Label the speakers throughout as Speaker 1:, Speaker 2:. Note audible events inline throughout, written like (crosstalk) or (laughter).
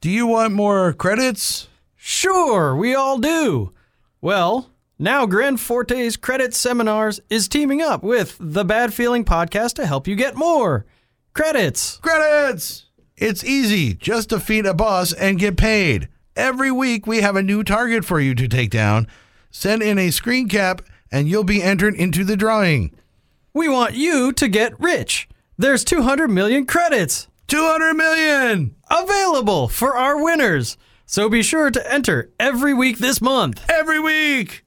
Speaker 1: Do you want more credits?
Speaker 2: Sure, we all do. Well, now Grand Forte's Credit Seminars is teaming up with the Bad Feeling Podcast to help you get more credits.
Speaker 1: Credits! It's easy. Just defeat a boss and get paid. Every week we have a new target for you to take down. Send in a screen cap and you'll be entered into the drawing.
Speaker 2: We want you to get rich. There's 200 million credits
Speaker 1: 200 million
Speaker 2: available for our winners. So be sure to enter every week this month.
Speaker 1: every week.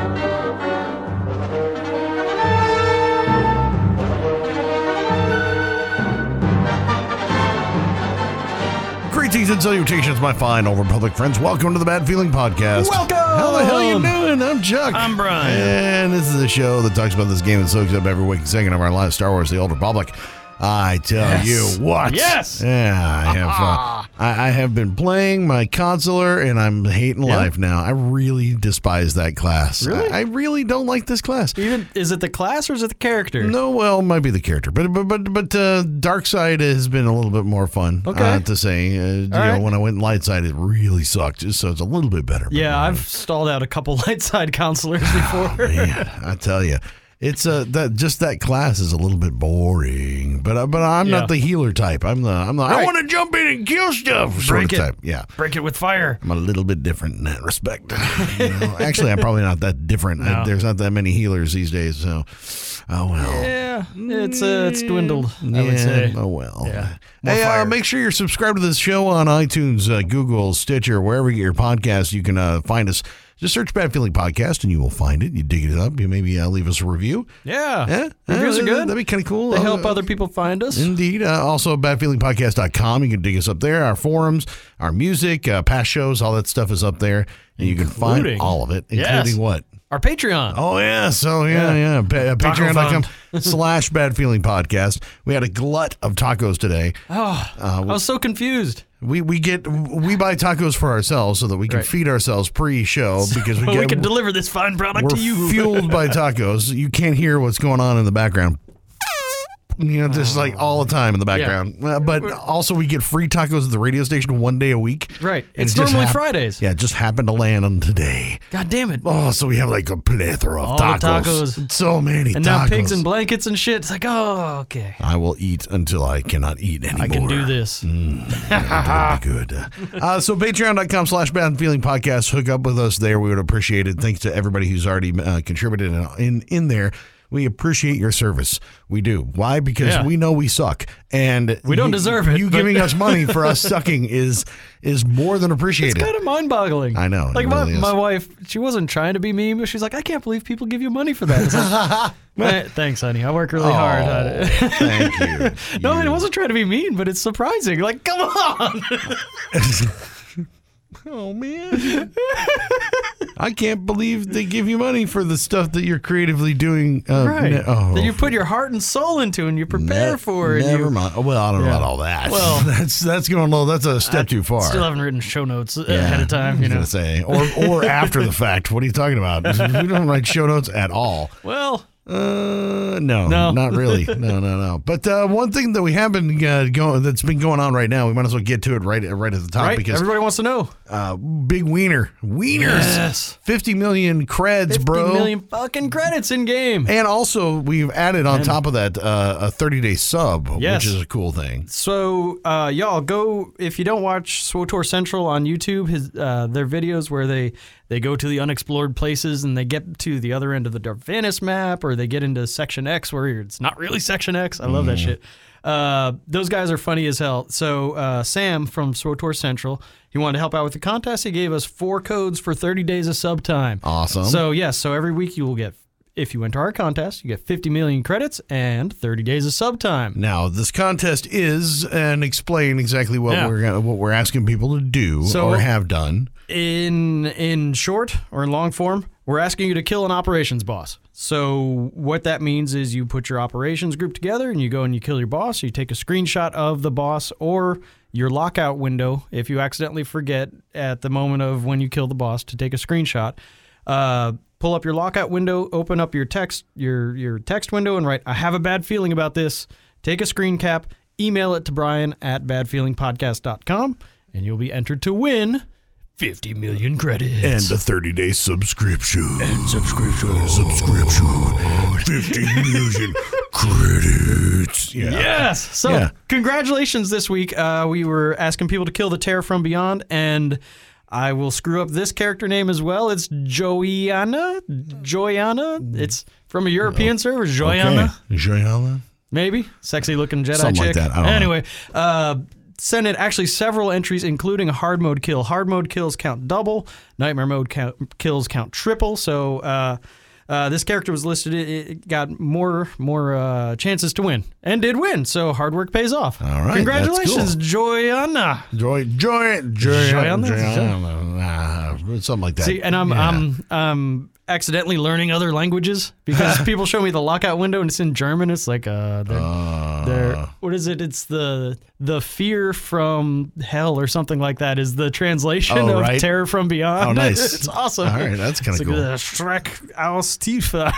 Speaker 1: Greetings and salutations, my fine Old Republic friends. Welcome to the Bad Feeling Podcast.
Speaker 2: Welcome!
Speaker 1: How the hell you doing? I'm Chuck.
Speaker 2: I'm Brian.
Speaker 1: And this is a show that talks about this game that soaks up every waking second of our lives, Star Wars The Old Republic. I tell
Speaker 2: Yes.
Speaker 1: you what.
Speaker 2: Yes.
Speaker 1: Yeah, I have.
Speaker 2: (laughs)
Speaker 1: Uh, I, I have been playing my consular, and I'm hating life now. I really despise that class.
Speaker 2: Really?
Speaker 1: I, I really don't like this class.
Speaker 2: Even is it the class or is it the character?
Speaker 1: No, well, it might be the character, but but but but uh, dark side has been a little bit more fun.
Speaker 2: Okay.
Speaker 1: uh, to say, uh, you know,
Speaker 2: right.
Speaker 1: when I went light side, it really sucked. So it's a little bit better. but
Speaker 2: Yeah, I've (laughs) stalled out a couple light side counselors before.
Speaker 1: man, I tell you, it's uh, that just that class is a little bit boring. But I but I'm
Speaker 2: Yeah.
Speaker 1: not the healer type. I'm the I'm the I
Speaker 2: Right.
Speaker 1: want to jump in and kill stuff sort of
Speaker 2: Break it.
Speaker 1: type. Yeah.
Speaker 2: (laughs) Break it with fire.
Speaker 1: I'm a little bit different in that
Speaker 2: (laughs)
Speaker 1: respect. You know, Actually, I'm probably not that different. I-
Speaker 2: No.
Speaker 1: there's not that many healers these days, so oh well.
Speaker 2: Yeah, it's uh, it's dwindled. I would say.
Speaker 1: Oh well.
Speaker 2: Yeah. More
Speaker 1: Hey, uh,
Speaker 2: fire.
Speaker 1: make sure you're subscribed to this show on iTunes, uh, Google, Stitcher, wherever you get your podcast. You can uh, find us. Just search "Bad Feeling Podcast" and you will find it. You dig it up. You maybe uh, leave us a review.
Speaker 2: Yeah,
Speaker 1: Yeah,
Speaker 2: reviews
Speaker 1: yeah,
Speaker 2: are
Speaker 1: That'd
Speaker 2: good.
Speaker 1: be kind of cool.
Speaker 2: They
Speaker 1: Uh,
Speaker 2: help other people find us.
Speaker 1: Indeed. Uh, also, badfeelingpodcast.com. You can dig us up there. Our forums, our music, uh, past shows, all that stuff is up there. And you can find
Speaker 2: Including-
Speaker 1: all of it,
Speaker 2: Yes.
Speaker 1: including what?
Speaker 2: Our Patreon.
Speaker 1: Oh yeah, so yeah, yeah. Pa- uh,
Speaker 2: Taco
Speaker 1: Patreon.com
Speaker 2: (laughs)
Speaker 1: slash bad feeling podcast. We had a glut of tacos today.
Speaker 2: Oh, I was so confused.
Speaker 1: We we get we buy tacos for ourselves so that we can
Speaker 2: Right.
Speaker 1: feed ourselves
Speaker 2: (laughs)
Speaker 1: pre-show because we
Speaker 2: But
Speaker 1: get
Speaker 2: we can deliver this fine product
Speaker 1: we're
Speaker 2: to you. (laughs)
Speaker 1: fueled by tacos. You can't hear what's going on in the background. You know, just like
Speaker 2: Oh.
Speaker 1: all the time in the background. Uh, but also, we get free tacos at the radio station one day a week.
Speaker 2: Right.
Speaker 1: And
Speaker 2: It's
Speaker 1: it just
Speaker 2: normally Fridays.
Speaker 1: Yeah, it just happened to land on today.
Speaker 2: God damn it!
Speaker 1: Oh, so we have like a plethora of
Speaker 2: All the
Speaker 1: tacos.
Speaker 2: tacos.
Speaker 1: So many
Speaker 2: and
Speaker 1: tacos.
Speaker 2: now pigs and blankets and shit. It's like, oh, okay,
Speaker 1: I will eat until I cannot eat anymore.
Speaker 2: I can do Ah. this.
Speaker 1: Mm-hmm. That'd be good. Uh, so patreon.com slash bad feeling podcast. Hook up with us there. We would appreciate it. Thanks to everybody who's already uh, contributed in, in in there. We appreciate your service. We do. Why? Because
Speaker 2: Yeah.
Speaker 1: we know we suck, and
Speaker 2: We don't
Speaker 1: you-
Speaker 2: deserve it,
Speaker 1: You
Speaker 2: but-
Speaker 1: giving us money for
Speaker 2: (laughs)
Speaker 1: us sucking is is more than appreciated.
Speaker 2: Kind of mind-boggling.
Speaker 1: I know, it
Speaker 2: Like my,
Speaker 1: really is.
Speaker 2: my wife, she wasn't trying to be mean, but she's like, I can't believe people give you money for that.
Speaker 1: (laughs)
Speaker 2: It's like, (laughs) "Eh, thanks, honey. I work really hard on
Speaker 1: Oh,
Speaker 2: it.
Speaker 1: thank you.
Speaker 2: (laughs) No,
Speaker 1: You-
Speaker 2: it wasn't trying to be mean, but it's surprising. Like, come on. (laughs)
Speaker 1: Oh man. I can't believe they give you money for the stuff that you're creatively doing. Uh, ne- oh,
Speaker 2: That you put your heart and soul into and you prepare
Speaker 1: Ne-
Speaker 2: for it.
Speaker 1: Never
Speaker 2: You
Speaker 1: mind. Oh, Well, I don't know
Speaker 2: Yeah.
Speaker 1: about all that.
Speaker 2: Well-
Speaker 1: (laughs) that's that's going a little. That's a step too far.
Speaker 2: still haven't written show notes
Speaker 1: Yeah.
Speaker 2: ahead of
Speaker 1: I
Speaker 2: time, you
Speaker 1: was
Speaker 2: know.
Speaker 1: gonna say, or
Speaker 2: (laughs)
Speaker 1: or after the fact. What are you talking about? we don't write show notes at all.
Speaker 2: Well,
Speaker 1: Uh, no,
Speaker 2: No.
Speaker 1: not
Speaker 2: (laughs)
Speaker 1: really. No, no, no. But uh, one thing that we have been uh, going, that's been going on right now, we might as well get to it right right at the top
Speaker 2: right?
Speaker 1: because
Speaker 2: Everybody wants to know.
Speaker 1: uh, big wiener, wieners,
Speaker 2: Yes.
Speaker 1: fifty million creds,
Speaker 2: 50
Speaker 1: bro.
Speaker 2: million fucking credits in game.
Speaker 1: And also, we've added on top of that uh, a thirty day sub,
Speaker 2: Yes.
Speaker 1: which is a cool thing.
Speaker 2: So, uh, y'all go if you don't watch Swotor Central on YouTube. His uh, their videos where they they go to the unexplored places and they get to the other end of the Darvanis map, or they get into Section X where it's not really Section X. I love that shit. Uh, those guys are funny as hell. So uh, Sam from Swotor Central, he wanted to help out with the contest. He gave us four codes for 30 days of sub time.
Speaker 1: Awesome.
Speaker 2: So yes, so every week you will get If you enter our contest, you get 50 million credits and 30 days of sub time.
Speaker 1: Now, this contest is, and explain exactly what
Speaker 2: Yeah.
Speaker 1: we're what we're asking people to do
Speaker 2: So-
Speaker 1: or have done.
Speaker 2: In in short or in long form, we're asking you to kill an operations boss. So what that means is you put your operations group together and you go and you kill your boss. You take a screenshot of the boss or your lockout window if you accidentally forget at the moment of when you kill the boss to take a screenshot. Uh, pull up your lockout window, open up your text your your text window, and write, "I have a bad feeling about this." Take a screen cap, email it to Brian at badfeelingpodcast.com, and you'll be entered to win fifty million credits.
Speaker 1: And uh, a 30 day subscription. And subscription. Subscription. 50 million credits. Yeah.
Speaker 2: Yes. So,
Speaker 1: Yeah.
Speaker 2: congratulations this week. Uh, we were asking people to kill the terror from beyond, and I will screw up this character name as well. It's Joiana. Joiana. It's from a European server. Joiana,
Speaker 1: Oh, Okay. Joanna?
Speaker 2: maybe sexy looking Jedi
Speaker 1: Something like
Speaker 2: chick.
Speaker 1: that. I don't know.
Speaker 2: anyway, uh, sent in actually several entries, including a hard mode kill. Hard mode kills count double. Nightmare mode count, kills count triple. So. Uh, uh, this character was listed. It, it got more more uh, chances to win and did win. So hard work pays off.
Speaker 1: All right, that's
Speaker 2: congratulations, Joyanna.
Speaker 1: Joy, Joy,
Speaker 2: Joanna?
Speaker 1: Joanna, Joanna, Ah, something like that.
Speaker 2: See, and I'm
Speaker 1: Yeah.
Speaker 2: I'm I'm accidentally learning other languages because
Speaker 1: (laughs)
Speaker 2: people show me the lockout window and it's in German. It's like uh, they're,
Speaker 1: Ah.
Speaker 2: they're- what is it? It's the the fear from hell or something like that is the translation
Speaker 1: Oh,
Speaker 2: of
Speaker 1: right.
Speaker 2: terror from beyond.
Speaker 1: Oh, nice.
Speaker 2: (laughs) it's awesome.
Speaker 1: All right, that's kinda
Speaker 2: It's like,
Speaker 1: cool.
Speaker 2: uh, Shrek aus Tifa.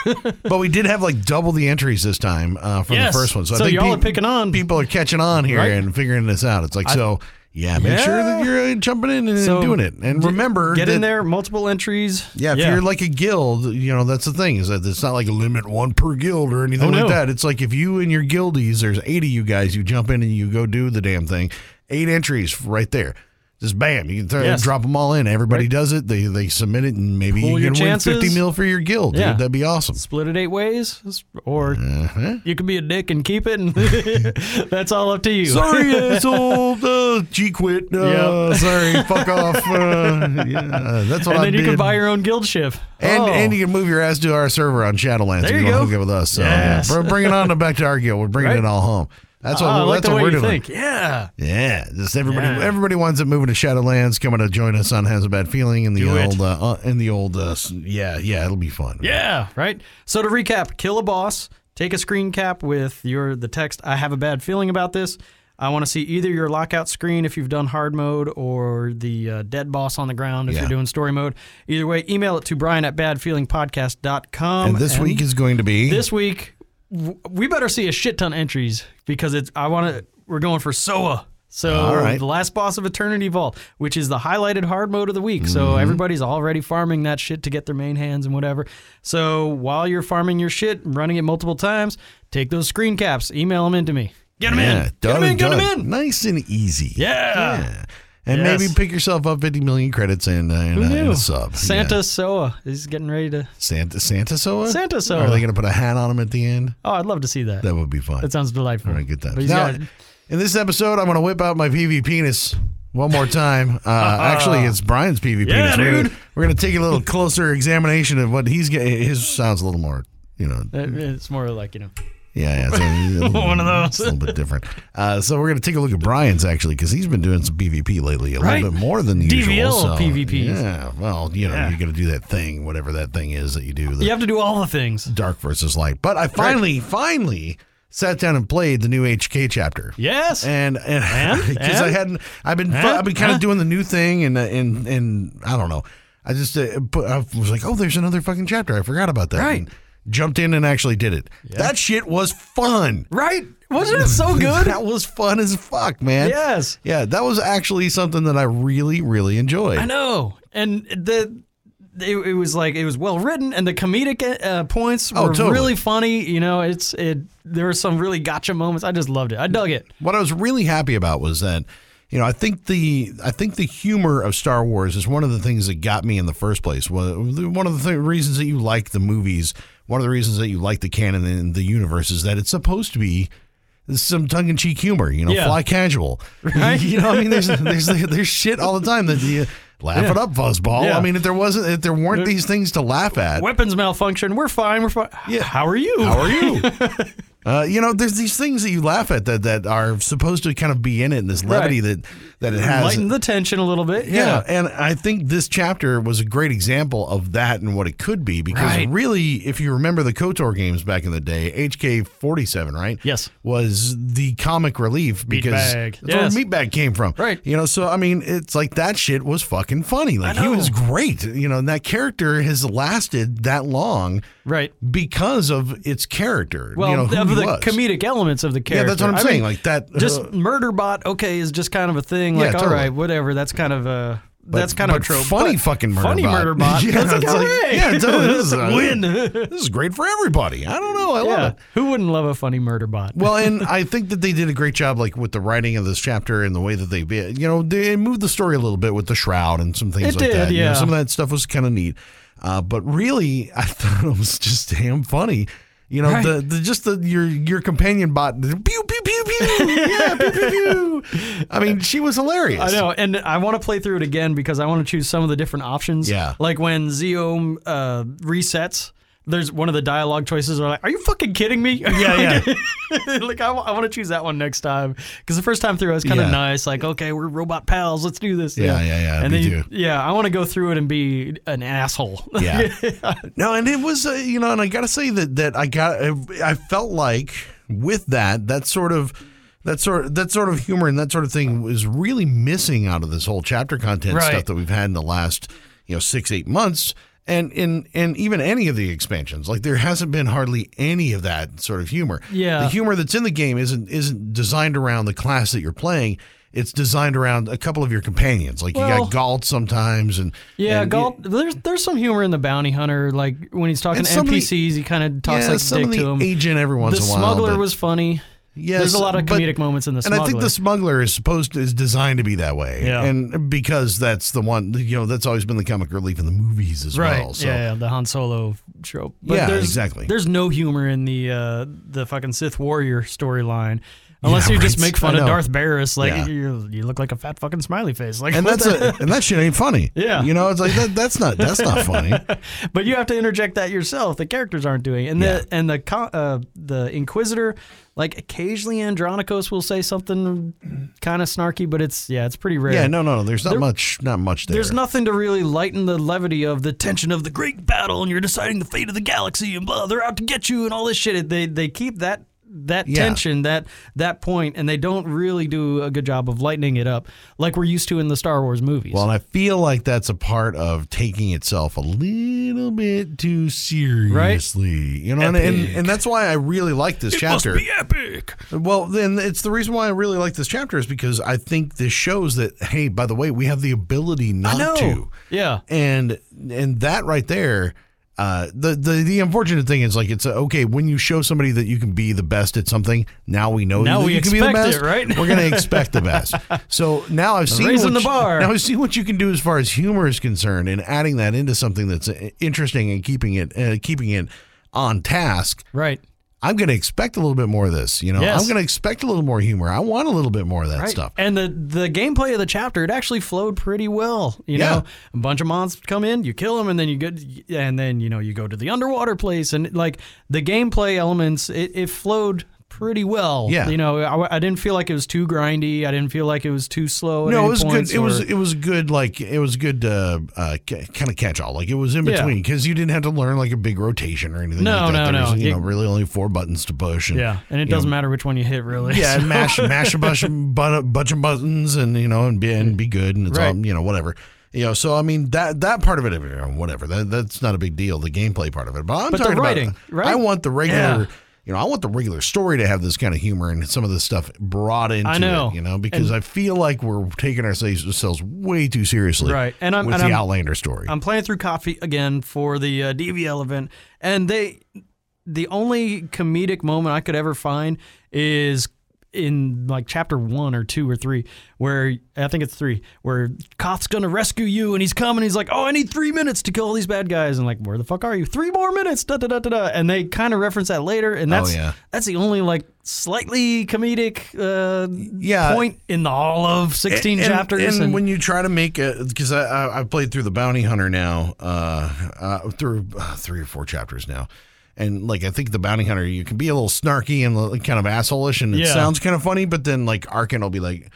Speaker 1: but we did have like double the entries this time uh, from
Speaker 2: (laughs) Yes.
Speaker 1: the first one. So,
Speaker 2: So
Speaker 1: I think
Speaker 2: y'all are
Speaker 1: peop-
Speaker 2: picking on.
Speaker 1: People are catching on here
Speaker 2: Right.
Speaker 1: and figuring this out. It's like so. Yeah, make sure that you're uh, jumping in and
Speaker 2: So,
Speaker 1: doing it. And
Speaker 2: d-
Speaker 1: remember,
Speaker 2: Get
Speaker 1: that,
Speaker 2: in there, multiple entries.
Speaker 1: Yeah, if you're like a guild, you know that's the thing is that it's not like a limit one per guild or anything
Speaker 2: Oh,
Speaker 1: like
Speaker 2: no.
Speaker 1: that. It's like if you and your guildies, there's eight of you guys, you jump in and you go do the damn thing. Eight entries right there, just bam, you can throw,
Speaker 2: Yes.
Speaker 1: drop them all in. Everybody does it. They they submit it, and maybe
Speaker 2: Pool
Speaker 1: you
Speaker 2: your
Speaker 1: can win
Speaker 2: chances.
Speaker 1: fifty mil for your guild.
Speaker 2: Yeah.
Speaker 1: Dude, that'd be awesome.
Speaker 2: split it eight ways, or
Speaker 1: Uh-huh.
Speaker 2: you could be a dick and keep
Speaker 1: (laughs)
Speaker 2: it, and (laughs) that's all up to you.
Speaker 1: Sorry, asshole. Uh, G quit. Uh, (laughs) Sorry, fuck off. Uh, yeah, that's what
Speaker 2: and
Speaker 1: I
Speaker 2: then you
Speaker 1: did.
Speaker 2: can buy your own guild ship.
Speaker 1: And,
Speaker 2: Oh.
Speaker 1: and you can move your ass to our server on Shadowlands
Speaker 2: There
Speaker 1: if
Speaker 2: you
Speaker 1: you, want
Speaker 2: go.
Speaker 1: to hook up with us. So yeah,
Speaker 2: Yes.
Speaker 1: br- bring it on to back to our guild. We're bringing
Speaker 2: Right.
Speaker 1: it all home. That's what,
Speaker 2: Ah, I like
Speaker 1: that's
Speaker 2: the
Speaker 1: what
Speaker 2: way
Speaker 1: we're
Speaker 2: you
Speaker 1: doing.
Speaker 2: think. Yeah.
Speaker 1: Yeah, just everybody.
Speaker 2: Yeah.
Speaker 1: Everybody winds up moving to Shadowlands, coming to join us on Has a Bad Feeling in the
Speaker 2: Do it.
Speaker 1: old, uh, uh, in the old. Uh, s- yeah, yeah, it'll be fun.
Speaker 2: Yeah. Right. So to recap, kill a boss, take a screen cap with your the text. I have a bad feeling about this. I want to see either your lockout screen if you've done hard mode or the uh, dead boss on the ground if
Speaker 1: Yeah.
Speaker 2: you're doing story mode. Either way, email it to Brian at badfeelingpodcast.com.
Speaker 1: And this week is going to be
Speaker 2: this week w- we better see a shit ton of entries because it's I want to we're going for Soa. So
Speaker 1: All right.
Speaker 2: the last boss of Eternity Vault, which is the highlighted hard mode of the week.
Speaker 1: Mm-hmm.
Speaker 2: So everybody's already farming that shit to get their main hands and whatever. So while you're farming your shit, running it multiple times, take those screen caps, email them into me. Get them
Speaker 1: yeah,
Speaker 2: in. Get
Speaker 1: done
Speaker 2: them in.
Speaker 1: and
Speaker 2: Get them
Speaker 1: done.
Speaker 2: in.
Speaker 1: Nice and easy.
Speaker 2: Yeah.
Speaker 1: Yeah. And
Speaker 2: Yes.
Speaker 1: maybe pick yourself up 50 million credits and, uh, and, uh, and
Speaker 2: Ew.
Speaker 1: a sub.
Speaker 2: Santa
Speaker 1: Yeah.
Speaker 2: Soa is getting ready to.
Speaker 1: Santa Santa Soa?
Speaker 2: Santa Soa.
Speaker 1: Are they going to put a hat on him at the end?
Speaker 2: Oh, I'd love to see that.
Speaker 1: That would be fun.
Speaker 2: That sounds delightful.
Speaker 1: All right, good times.
Speaker 2: But he's
Speaker 1: Now,
Speaker 2: got-
Speaker 1: in this episode, I'm going to whip out my PV penis one more
Speaker 2: (laughs)
Speaker 1: time. Uh, actually, it's Brian's PV
Speaker 2: Yeah,
Speaker 1: penis. We're gonna-
Speaker 2: dude.
Speaker 1: We're going to take a little closer examination of what he's getting. His sounds a little more, you know,
Speaker 2: It's more like you know.
Speaker 1: yeah, yeah. So
Speaker 2: (laughs) One of those.
Speaker 1: It's a little bit different. Uh, so we're going to take a look at Brian's actually because he's been doing some PvP lately, a
Speaker 2: Right.
Speaker 1: little bit more than usual.
Speaker 2: DVL
Speaker 1: so,
Speaker 2: PvPs.
Speaker 1: Yeah. Well, you know,
Speaker 2: Yeah.
Speaker 1: you got to do that thing, whatever that thing is that you do. The
Speaker 2: You have to do all the things.
Speaker 1: Dark versus light. But I finally, finally sat down and played the new HK chapter.
Speaker 2: Yes.
Speaker 1: And (laughs) and
Speaker 2: And?
Speaker 1: because I
Speaker 2: And?
Speaker 1: hadn't, I've been
Speaker 2: Huh?
Speaker 1: I've been kind
Speaker 2: Huh?
Speaker 1: of doing the new thing, and uh, and and I don't know. I just uh, put, I was like, oh, there's another fucking chapter. I forgot about that.
Speaker 2: Right.
Speaker 1: And jumped in and actually did it. That shit was fun.
Speaker 2: Right? Wasn't
Speaker 1: (laughs)
Speaker 2: it so good?
Speaker 1: that was fun as fuck, man.
Speaker 2: yes.
Speaker 1: Yeah, that was actually something that I really, really enjoyed.
Speaker 2: I know. And the it, it was like it was well written, and the comedic uh, points were
Speaker 1: Oh, totally.
Speaker 2: really funny. You know, it's it. There were some really gotcha moments. I just loved it. I dug it.
Speaker 1: What I was really happy about was that, you know, I think the I think the humor of Star Wars is one of the things that got me in the first place. One one of the th- reasons that you like the movies, one of the reasons that you like the canon and the universe is that it's supposed to be some tongue in cheek humor. You know,
Speaker 2: Yeah.
Speaker 1: fly casual.
Speaker 2: (laughs) Right.
Speaker 1: You know, I mean, there's there's there's shit all the time that the. Laugh it up, fuzzball.
Speaker 2: Yeah.
Speaker 1: I mean, if there wasn't, if there weren't these things to laugh at,
Speaker 2: Weapons malfunction. We're fine. We're fine.
Speaker 1: Yeah.
Speaker 2: How are you?
Speaker 1: How are you? (laughs) uh, you know, there's these things that you laugh at that that are supposed to kind of be in it, and this levity that that it has.
Speaker 2: Lighten the tension a little bit.
Speaker 1: yeah.
Speaker 2: Yeah.
Speaker 1: and I think this chapter was a great example of that and what it could be because
Speaker 2: Right.
Speaker 1: really, if you remember the KOTOR games back in the day, HK 47, right?
Speaker 2: Yes.
Speaker 1: Was the comic relief because
Speaker 2: Meatbag.
Speaker 1: that's
Speaker 2: Yes.
Speaker 1: where Meatbag came from.
Speaker 2: Right.
Speaker 1: You know, so I mean, it's like that shit was fucking funny. Like he
Speaker 2: know.
Speaker 1: was great, you know, and that character has lasted that long
Speaker 2: Right.
Speaker 1: because of its character.
Speaker 2: Well,
Speaker 1: you know, who
Speaker 2: of
Speaker 1: he
Speaker 2: the
Speaker 1: was.
Speaker 2: comedic elements of the
Speaker 1: Yeah,
Speaker 2: character.
Speaker 1: that's what I'm
Speaker 2: I
Speaker 1: saying.
Speaker 2: mean,
Speaker 1: like that.
Speaker 2: just
Speaker 1: uh,
Speaker 2: Murderbot, okay, is just kind of a thing.
Speaker 1: Yeah,
Speaker 2: Like, all
Speaker 1: totally.
Speaker 2: right, whatever. That's kind of a
Speaker 1: but-
Speaker 2: that's kind of
Speaker 1: but
Speaker 2: a trope.
Speaker 1: Funny
Speaker 2: but
Speaker 1: fucking murder
Speaker 2: funny
Speaker 1: bot. (laughs)
Speaker 2: Murderbot.
Speaker 1: yeah,
Speaker 2: that's like,
Speaker 1: it's
Speaker 2: all
Speaker 1: like,
Speaker 2: right.
Speaker 1: yeah,
Speaker 2: (laughs)
Speaker 1: totally, this is a
Speaker 2: win.
Speaker 1: This is great for everybody. I don't know. I love
Speaker 2: yeah,
Speaker 1: it.
Speaker 2: who wouldn't love a funny Murderbot?
Speaker 1: Well, and I think that they did a great job, like with the writing of this chapter and the way that they, you know, they moved the story a little bit with the shroud and some things
Speaker 2: It
Speaker 1: like
Speaker 2: did,
Speaker 1: that. You know,
Speaker 2: yeah.
Speaker 1: some of that stuff was kind of neat, uh, but really, I (laughs) thought it was just damn funny. You know,
Speaker 2: Right.
Speaker 1: the, the just the your your companion bot, pew pew pew pew, yeah, pew pew
Speaker 2: (laughs)
Speaker 1: pew. I mean, she was hilarious.
Speaker 2: I know, and I want to play through it again because I want to choose some of the different options.
Speaker 1: Yeah.
Speaker 2: like when Zeo uh, resets. There's one of the dialogue choices are like, "Are you fucking kidding me?"
Speaker 1: Yeah, yeah.
Speaker 2: (laughs) like I want to choose that one next time because the first time through I was kind of
Speaker 1: Yeah.
Speaker 2: nice, like, "Okay, we're robot pals, let's do this."
Speaker 1: Yeah, yeah, yeah,
Speaker 2: And
Speaker 1: me
Speaker 2: then you-
Speaker 1: too.
Speaker 2: yeah, I want to go through it and be an asshole.
Speaker 1: Yeah. (laughs) no, and it was uh, you know, and I gotta say that that I got uh, I felt like with that that sort of that sort that sort of humor and that sort of thing was really missing out of this whole chapter content
Speaker 2: Right.
Speaker 1: stuff that we've had in the last you know six eight months. And in and even any of the expansions, like there hasn't been hardly any of that sort of humor.
Speaker 2: Yeah.
Speaker 1: the humor that's in the game isn't isn't designed around the class that you're playing. It's designed around a couple of your companions. Like you
Speaker 2: Well-
Speaker 1: got Galt sometimes, and
Speaker 2: (laughs) Yeah,
Speaker 1: and-
Speaker 2: Galt, there's there's some humor in the bounty hunter. Like when he's talking
Speaker 1: And
Speaker 2: to
Speaker 1: some of the-
Speaker 2: NPCs, he kind of talks
Speaker 1: yeah,
Speaker 2: like
Speaker 1: some
Speaker 2: dick
Speaker 1: of the
Speaker 2: to him.
Speaker 1: agent every
Speaker 2: the
Speaker 1: once in a while.
Speaker 2: smuggler
Speaker 1: but-
Speaker 2: was funny.
Speaker 1: Yes,
Speaker 2: there's a lot of
Speaker 1: but-
Speaker 2: comedic moments in
Speaker 1: and
Speaker 2: the smuggler.
Speaker 1: I think the smuggler is supposed to, is designed to be that way,
Speaker 2: Yeah.
Speaker 1: and because that's the one you know that's always been the comic relief in the movies as
Speaker 2: right?
Speaker 1: well. So
Speaker 2: yeah, yeah, the Han Solo trope.
Speaker 1: Yeah,
Speaker 2: there's,
Speaker 1: exactly.
Speaker 2: There's no humor in the uh, the fucking Sith warrior storyline. Unless
Speaker 1: Yeah,
Speaker 2: you just
Speaker 1: right.
Speaker 2: make fun
Speaker 1: I
Speaker 2: of
Speaker 1: know.
Speaker 2: Darth Barris, like
Speaker 1: Yeah.
Speaker 2: you, you look like a fat fucking smiley face, like.
Speaker 1: and
Speaker 2: what
Speaker 1: that's
Speaker 2: (laughs)
Speaker 1: a, and that shit ain't funny.
Speaker 2: Yeah.
Speaker 1: you know it's like that, that's not that's not
Speaker 2: (laughs)
Speaker 1: funny.
Speaker 2: the- but you have to interject that yourself. The characters aren't doing, it. and the and the co- uh, the Inquisitor, like occasionally Andronicus will say something kind of snarky, but it's yeah, it's pretty rare.
Speaker 1: Yeah, no, no, no. There's not much, not much there.
Speaker 2: There's nothing to really lighten the levity of the tension of the great battle, and you're deciding the fate of the galaxy, and blah, they're out to get you, and all this shit. They they keep that that
Speaker 1: Yeah.
Speaker 2: tension, that that point, and they don't really do a good job of lightening it up, like we're used to in the Star Wars movies.
Speaker 1: Well, and I feel like that's a part of taking itself a little bit too seriously, you know, and, and and that's why I really like this chapter.
Speaker 2: epic.
Speaker 1: Well, then it's the reason why I really like this chapter is because I think this shows that hey, by the way, we have the ability not
Speaker 2: No.
Speaker 1: to,
Speaker 2: Yeah.
Speaker 1: and and that right there. Uh, the, the the unfortunate thing is like it's uh okay when you show somebody that you can be the best at something. Now we know
Speaker 2: Now
Speaker 1: that
Speaker 2: we
Speaker 1: you can be the
Speaker 2: expect it,
Speaker 1: best,
Speaker 2: right?
Speaker 1: We're gonna expect the
Speaker 2: (laughs)
Speaker 1: best. So now I've seen
Speaker 2: Raising
Speaker 1: what
Speaker 2: the
Speaker 1: you-
Speaker 2: bar.
Speaker 1: now I've seen what you can do as far as humor is concerned, and adding that into something that's uh, interesting and keeping it uh, keeping it on task.
Speaker 2: Right.
Speaker 1: I'm going to expect a little bit more of this. You know,
Speaker 2: Yes.
Speaker 1: I'm going to expect a little more humor. I want a little bit more of that
Speaker 2: Right.
Speaker 1: stuff.
Speaker 2: And the the gameplay of the chapter it actually flowed pretty well. You
Speaker 1: Yeah.
Speaker 2: know, a bunch of mons come in, you kill them, and then you get and then you know you go to the underwater place, and like the gameplay elements, it, it flowed pretty well.
Speaker 1: Yeah.
Speaker 2: You know, I, I didn't feel like it was too grindy. I didn't feel like it was too slow. at
Speaker 1: no,
Speaker 2: any
Speaker 1: it was good.
Speaker 2: points
Speaker 1: It was
Speaker 2: or-
Speaker 1: it was good. Like it was good. Uh, uh, kind of catch all. Like it was in
Speaker 2: Yeah.
Speaker 1: between because you didn't have to learn like a big rotation or anything.
Speaker 2: No,
Speaker 1: like that.
Speaker 2: no,
Speaker 1: There was,
Speaker 2: no.
Speaker 1: You
Speaker 2: You-
Speaker 1: know, really only four buttons to push. And,
Speaker 2: yeah, and it
Speaker 1: you know,
Speaker 2: doesn't matter which one you hit really.
Speaker 1: Yeah,
Speaker 2: (laughs)
Speaker 1: and mash mash a bunch of, but- bunch of buttons and you know and be and be good and it's
Speaker 2: Right.
Speaker 1: all you know whatever. You know, so I mean that that part of it, you know, whatever. That that's not a big deal. The gameplay part of it, but I'm
Speaker 2: But the
Speaker 1: talking
Speaker 2: writing,
Speaker 1: about.
Speaker 2: right?
Speaker 1: I want the regular.
Speaker 2: Yeah.
Speaker 1: You know, I want the regular story to have this kind of humor and some of this stuff brought into
Speaker 2: I know.
Speaker 1: it. You know, because I feel like we're taking ourselves ourselves way too seriously,
Speaker 2: Right, and I'm-
Speaker 1: with
Speaker 2: and
Speaker 1: the
Speaker 2: I'm-
Speaker 1: Outlander story.
Speaker 2: I'm playing through Coffee again for the uh, DVL event, and they, the only comedic moment I could ever find is in like chapter one or two or three, where I think it's three, where Koth's gonna rescue you and he's coming. He's like, "Oh, I need three minutes to kill all these bad guys," and like, "Where the fuck are you? Three more minutes!" Da da da da da. And they kind of reference that later, and that's
Speaker 1: Oh, yeah.
Speaker 2: that's the only like slightly comedic uh,
Speaker 1: Yeah.
Speaker 2: point in the all of sixteen
Speaker 1: And-
Speaker 2: chapters.
Speaker 1: And,
Speaker 2: and-
Speaker 1: when you try to make a, because I, I I've played through the Bounty Hunter now, uh, uh, through uh, three or four chapters now, and like I think the Bounty Hunter, you can be a little snarky and li- kind of assholeish, and it
Speaker 2: Yeah.
Speaker 1: sounds kind of funny, but then like Arkin will be like,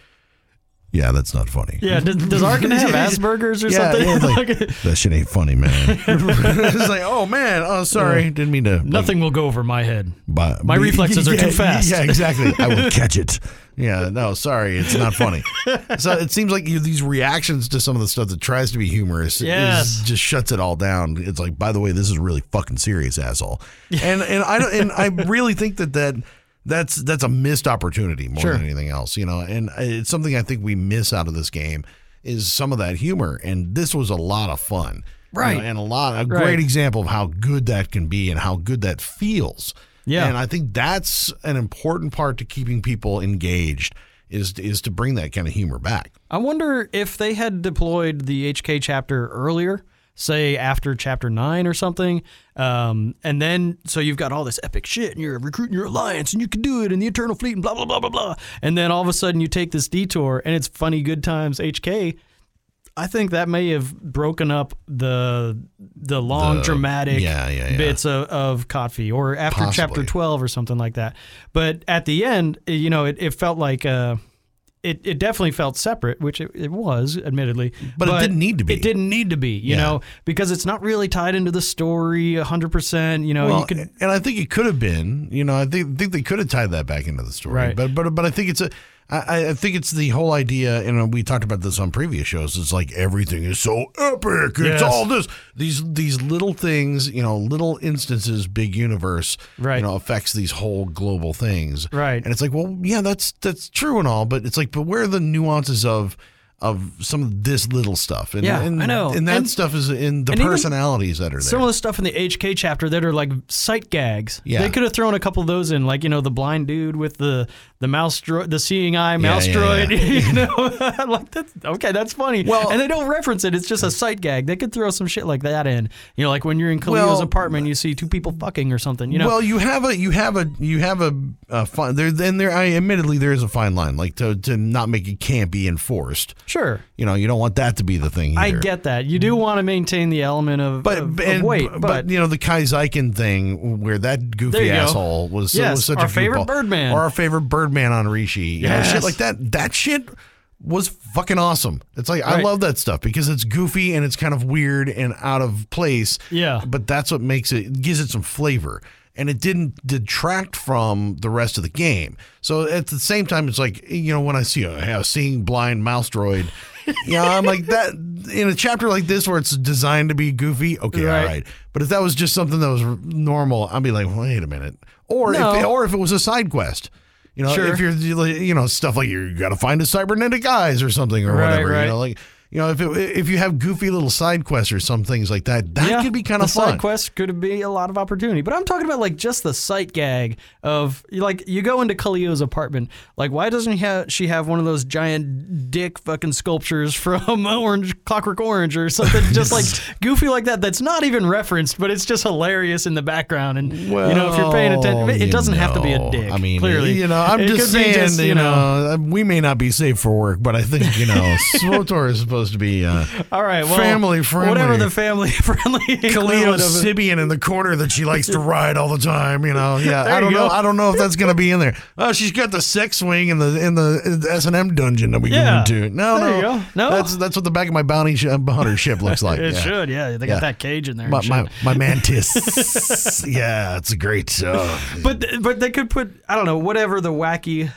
Speaker 1: "Yeah, that's not funny."
Speaker 2: yeah, does, does Arkin have Asperger's
Speaker 1: (laughs)
Speaker 2: or
Speaker 1: Yeah,
Speaker 2: something?
Speaker 1: yeah, like,
Speaker 2: Like,
Speaker 1: that shit ain't funny, man. (laughs) it's like, oh man, oh sorry, didn't mean to. like,
Speaker 2: (laughs) Nothing will go over my head.
Speaker 1: But
Speaker 2: My reflexes are too fast.
Speaker 1: (laughs) Yeah, exactly. I will catch
Speaker 2: (laughs)
Speaker 1: it. Yeah, no, sorry, it's not funny. so it seems like you, these reactions to some of the stuff that tries to be humorous is-
Speaker 2: Yes.
Speaker 1: just shuts it all down. It's like, by the way, this is really fucking serious, asshole. And and I don't, and I really think that that. That's that's a missed opportunity more
Speaker 2: Sure.
Speaker 1: than anything else, you know. And it's something I think we miss out of this game is some of that humor. And this was a lot of fun, you know,
Speaker 2: Right.
Speaker 1: and a lot, a
Speaker 2: Right.
Speaker 1: great example of how good that can be and how good that feels.
Speaker 2: Yeah.
Speaker 1: And I think that's an important part to keeping people engaged is is to bring that kind of humor back.
Speaker 2: I wonder if they had deployed the HK chapter earlier, say after chapter nine or something, um, and then so you've got all this epic shit, and you're recruiting your alliance, and you can do it, and the Eternal Fleet, and blah blah blah blah blah, and then all of a sudden you take this detour, and it's funny good times HK. I think that may have broken up the the long
Speaker 1: The-
Speaker 2: dramatic
Speaker 1: yeah, yeah, yeah.
Speaker 2: bits of, of Kotfi or after chapter
Speaker 1: Possibly.
Speaker 2: 12 or something like that. But at the end, you know, it, it felt like uh, it, it definitely felt separate, which it, it was, admittedly.
Speaker 1: But it didn't need to be.
Speaker 2: It didn't need to be, you
Speaker 1: Yeah.
Speaker 2: know, because it's not really tied into the story 100%. You know,
Speaker 1: Well,
Speaker 2: you could.
Speaker 1: and I think it could have been, you know, I think think they could have tied that back into the story.
Speaker 2: Right.
Speaker 1: But but but I think it's a I, I think it's the whole idea, and uh, we talked about this on previous shows. It's like everything is so epic. It's
Speaker 2: Yes.
Speaker 1: all this, these these little things, you know, little instances, big universe,
Speaker 2: Right.
Speaker 1: you know, affects these whole global things,
Speaker 2: Right.
Speaker 1: And it's like, well, yeah, that's that's true and all, but it's like, but where are the nuances of of some of this little stuff? And,
Speaker 2: Yeah,
Speaker 1: and,
Speaker 2: I know.
Speaker 1: And that
Speaker 2: And-
Speaker 1: stuff is in the
Speaker 2: and even
Speaker 1: personalities that are there.
Speaker 2: Some of the stuff in the HK chapter that are like sight gags.
Speaker 1: Yeah.
Speaker 2: They could have thrown a couple of those in, like, you know, the blind dude with the the mouse droid, the seeing eye mouse
Speaker 1: yeah,
Speaker 2: droid.
Speaker 1: yeah.
Speaker 2: (laughs) You know, like that's okay, that's funny.
Speaker 1: Well-
Speaker 2: and they don't reference it, it's just a sight gag. They could throw some shit like that in. You know, like when you're in Khalil's
Speaker 1: Well-
Speaker 2: apartment, you see two people fucking or something, you know.
Speaker 1: well, you have a you have a you have a, a fine there. Then there, I admittedly there is a fine line, like to to not make it campy and forced.
Speaker 2: sure.
Speaker 1: You know, you don't want that to be the thing. Either.
Speaker 2: I get that. You do want to maintain the element of,
Speaker 1: but
Speaker 2: of, of
Speaker 1: and-
Speaker 2: weight,
Speaker 1: but,
Speaker 2: but
Speaker 1: you know the Kai Zeiken thing where that
Speaker 2: There
Speaker 1: goofy
Speaker 2: you go.
Speaker 1: asshole was,
Speaker 2: Yes,
Speaker 1: was such
Speaker 2: our
Speaker 1: a
Speaker 2: favorite
Speaker 1: goofball.
Speaker 2: Birdman.
Speaker 1: or our favorite Birdman on Rishi, you know,
Speaker 2: Yes.
Speaker 1: shit like that. That shit was fucking awesome. It's like I
Speaker 2: Right.
Speaker 1: love that stuff because it's goofy and it's kind of weird and out of place.
Speaker 2: Yeah.
Speaker 1: but that's what makes it gives it some flavor. And it didn't detract from the rest of the game. So at the same time, it's like you know when I see a, a seeing blind mouse droid, yeah, I'm like that in a chapter like this where it's designed to be goofy. Okay,
Speaker 2: Right.
Speaker 1: all right. But if that was just something that was r- normal, I'd be like, wait a minute. Or if
Speaker 2: No.
Speaker 1: or if it was a side quest, you know,
Speaker 2: Sure.
Speaker 1: if you're you know stuff like you got to find his cybernetic eyes or something or
Speaker 2: Right,
Speaker 1: whatever,
Speaker 2: right.
Speaker 1: you know, like you know if it, if you have goofy little side quests or some things like that, that
Speaker 2: yeah,
Speaker 1: could be kind of
Speaker 2: the side
Speaker 1: fun.
Speaker 2: quest could be a lot of opportunity. But I'm talking about like just the sight gag of like you go into Kaleo's apartment. Like why doesn't he have, she have one of those giant dick fucking sculptures from (laughs) Orange Clockwork Orange or something
Speaker 1: (laughs)
Speaker 2: just like goofy like that that's not even referenced, but it's just hilarious in the background. And you know if you're paying attention,
Speaker 1: Well,
Speaker 2: it
Speaker 1: you
Speaker 2: doesn't have to be a
Speaker 1: know.
Speaker 2: dick.
Speaker 1: I mean,
Speaker 2: clearly,
Speaker 1: you know, I'm
Speaker 2: It
Speaker 1: just
Speaker 2: could be
Speaker 1: saying,
Speaker 2: just,
Speaker 1: you know, we may not be safe for work, but I think you know,
Speaker 2: (laughs)
Speaker 1: SWTOR is supposed to be uh,
Speaker 2: All right, well,
Speaker 1: family friendly.
Speaker 2: Whatever the family (laughs) friendly equivalent
Speaker 1: Khalil
Speaker 2: of it.
Speaker 1: Sibian in the corner that she likes to ride all the time. You know, yeah.
Speaker 2: There
Speaker 1: I
Speaker 2: you
Speaker 1: don't know.
Speaker 2: go.
Speaker 1: I don't know if that's gonna be in there. Oh, she's got the sex swing in the in the S and M dungeon that we
Speaker 2: Yeah.
Speaker 1: go into. No,
Speaker 2: There you
Speaker 1: no,
Speaker 2: go. No.
Speaker 1: That's that's what the back of my bounty sh- uh, hunter ship looks like.
Speaker 2: (laughs) It
Speaker 1: yeah.
Speaker 2: should, yeah. They
Speaker 1: Yeah.
Speaker 2: got that cage in there. and
Speaker 1: My,
Speaker 2: shit.
Speaker 1: my my mantis.
Speaker 2: (laughs)
Speaker 1: yeah, it's a great. Uh,
Speaker 2: But th- but they could put I don't know whatever the wacky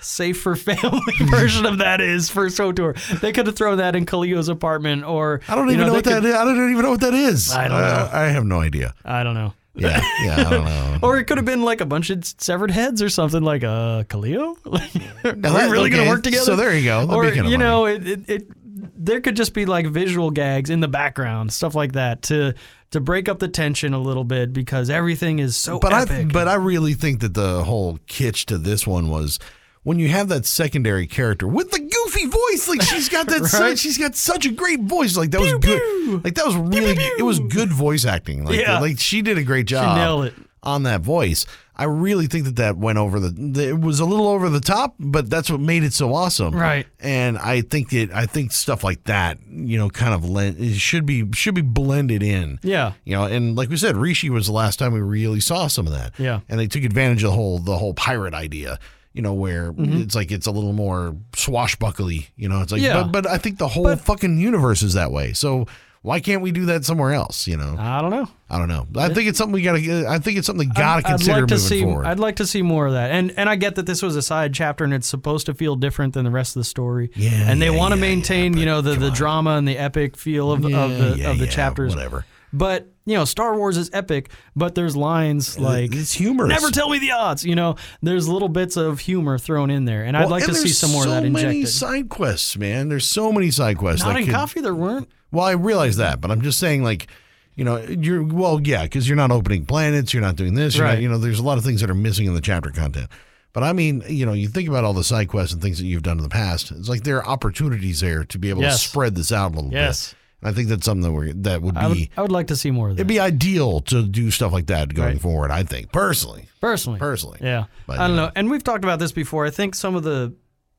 Speaker 1: (laughs)
Speaker 2: safer (laughs) family version of that is for SOTOR. They could have thrown that in Kaleo's apartment or
Speaker 1: I don't even
Speaker 2: you
Speaker 1: know,
Speaker 2: they
Speaker 1: what that
Speaker 2: could-
Speaker 1: is. I don't even know what that is.
Speaker 2: I don't know.
Speaker 1: Uh, I have no idea.
Speaker 2: I don't know.
Speaker 1: Yeah, yeah,
Speaker 2: (laughs)
Speaker 1: I don't know.
Speaker 2: Or it could have been like a bunch of severed heads or something like uh Kaleo. (laughs) Are
Speaker 1: that-
Speaker 2: we really gonna
Speaker 1: okay,
Speaker 2: work together?
Speaker 1: so there you go. That'd be
Speaker 2: Or
Speaker 1: kinda funny.
Speaker 2: you know it, it, it there could just be like visual gags in the background stuff like that to to break up the tension a little bit because everything is so
Speaker 1: but
Speaker 2: epic.
Speaker 1: I but I really think that the whole kitsch to this one was when you have that secondary character with the goofy voice, like she's got
Speaker 2: (laughs)
Speaker 1: that,
Speaker 2: Right?
Speaker 1: such, she's got such a great voice. Like that was good. Like that was really, it was good voice acting. Like,
Speaker 2: Yeah.
Speaker 1: like she did a great job
Speaker 2: nailed it.
Speaker 1: on that voice. I really think that that went over the, the- it was a little over the top, but that's what made it so awesome.
Speaker 2: Right.
Speaker 1: And I think it, I think stuff like that, you know, kind of lent, it should be, should be blended in.
Speaker 2: Yeah.
Speaker 1: You know, and like we said, Rishi was the last time we really saw some of that.
Speaker 2: Yeah.
Speaker 1: And they took advantage of the whole the whole pirate idea, you know, where
Speaker 2: Mm-hmm.
Speaker 1: it's like it's a little more swashbuckly, you know. It's like
Speaker 2: Yeah.
Speaker 1: but but I think the whole
Speaker 2: But-
Speaker 1: fucking universe is that way. So why can't we do that somewhere else, you know?
Speaker 2: I don't know.
Speaker 1: I don't know. I think it's something we got to I think it's something we got to consider
Speaker 2: I'd like to
Speaker 1: moving
Speaker 2: see.
Speaker 1: forward.
Speaker 2: I'd like to see more of that. And and I get that this was a side chapter and it's supposed to feel different than the rest of the story.
Speaker 1: Yeah,
Speaker 2: And they
Speaker 1: yeah,
Speaker 2: want to
Speaker 1: yeah, yeah,
Speaker 2: maintain, you
Speaker 1: but
Speaker 2: know, the,
Speaker 1: come
Speaker 2: the
Speaker 1: on.
Speaker 2: drama and the epic feel of,
Speaker 1: Yeah,
Speaker 2: of the
Speaker 1: yeah,
Speaker 2: of the
Speaker 1: yeah,
Speaker 2: chapters.
Speaker 1: whatever.
Speaker 2: But you know, Star Wars is epic, but there's lines like
Speaker 1: it's humorous.
Speaker 2: Never tell me the odds. You know, there's little bits of humor thrown in there, and I'd
Speaker 1: Well,
Speaker 2: like
Speaker 1: and
Speaker 2: to see
Speaker 1: there's
Speaker 2: some more of that
Speaker 1: so many
Speaker 2: injected.
Speaker 1: side quests, man. There's so many side quests.
Speaker 2: Not
Speaker 1: that
Speaker 2: in
Speaker 1: could-
Speaker 2: coffee, there weren't.
Speaker 1: Well, I realize that, but I'm just saying, like, you know, you're well, yeah, because you're not opening planets, you're not doing this, you're not,
Speaker 2: Right.
Speaker 1: you know, there's a lot of things that are missing in the chapter content. But I mean, you know, you think about all the side quests and things that you've done in the past. It's like there are opportunities there to be able
Speaker 2: Yes.
Speaker 1: to spread this out a little
Speaker 2: Yes.
Speaker 1: bit. And I think that's something that, we're, that would be
Speaker 2: I would, I would like to see more of that.
Speaker 1: it'd be ideal to do stuff like that going
Speaker 2: Right.
Speaker 1: forward. I think personally,
Speaker 2: personally
Speaker 1: Personally.
Speaker 2: yeah
Speaker 1: But,
Speaker 2: i don't
Speaker 1: you
Speaker 2: know.
Speaker 1: know.
Speaker 2: and we've talked about this before i think some of the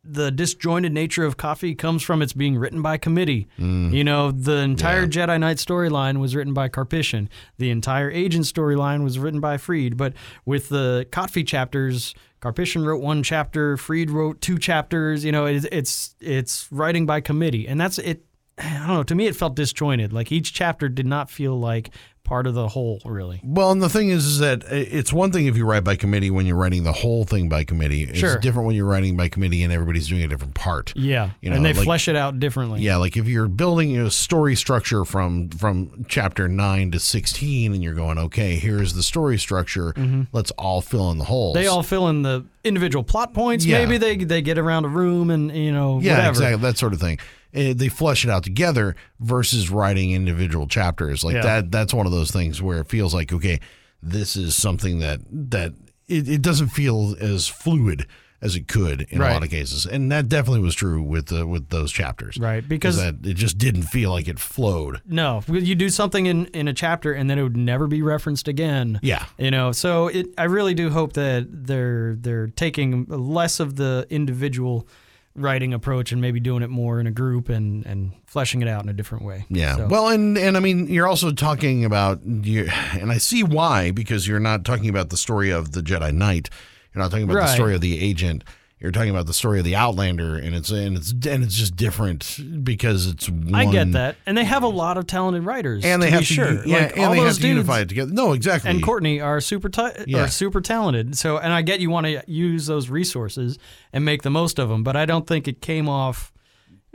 Speaker 2: the disjointed nature of coffee comes from its being written by committee
Speaker 1: Mm.
Speaker 2: you know the entire jedi knight storyline was written by carpishan the entire agent storyline was written by freed but with the coffee chapters carpishan wrote one chapter freed wrote two chapters you know it, it's it's writing by committee and that's it i don't know to me it felt disjointed like each chapter did not feel like part of the whole really
Speaker 1: Well, and the thing is, is that i- it's one thing if you write by committee when you're writing the whole thing by committee. It's
Speaker 2: Sure.
Speaker 1: different when you're writing by committee and everybody's doing a different part.
Speaker 2: Yeah,
Speaker 1: You know,
Speaker 2: and they
Speaker 1: like-
Speaker 2: flesh it out differently.
Speaker 1: Yeah, like if you're building a story structure from from chapter 9 to 16 and you're going, "Okay, here's the story structure. Let's all fill in the holes."
Speaker 2: Mm-hmm. they all fill in the individual plot points.
Speaker 1: Yeah.
Speaker 2: Maybe they they get around a room and you know
Speaker 1: Yeah,
Speaker 2: whatever.
Speaker 1: exactly, that sort of thing. Eh, they flesh it out together versus writing individual chapters. Like
Speaker 2: Yeah.
Speaker 1: that that's one of those things where it feels like, "Okay, this is something that that it, it doesn't feel as fluid as it could in a
Speaker 2: Right.
Speaker 1: lot of cases." And that definitely was true with uh, with those chapters.
Speaker 2: Right,
Speaker 1: Because
Speaker 2: because
Speaker 1: that it just didn't feel like it flowed.
Speaker 2: no, you do something in in a chapter and then it would never be referenced again.
Speaker 1: Yeah.
Speaker 2: You know, so it I really do hope that they're they're taking less of the individual writing approach and maybe doing it more in a group and and fleshing it out in a different way.
Speaker 1: Yeah.
Speaker 2: So-
Speaker 1: Well, and and I mean, you're also talking about you, and I see why because you're not talking about the story of the Jedi Knight. You're not talking about the
Speaker 2: Right.
Speaker 1: story of the agent. You're talking about the story of the Outlander, and it's and it's and it's just different because it's. One,
Speaker 2: I get that, and they have a lot of talented writers.
Speaker 1: and they
Speaker 2: to
Speaker 1: have
Speaker 2: be
Speaker 1: to,
Speaker 2: sure.
Speaker 1: yeah,
Speaker 2: like, all
Speaker 1: and they
Speaker 2: those
Speaker 1: have to
Speaker 2: dudes,
Speaker 1: unify it together. No, exactly.
Speaker 2: and Courtney are super t-
Speaker 1: Yeah.
Speaker 2: are super talented. So, and I get you want to use those resources and make the most of them, but I don't think it came off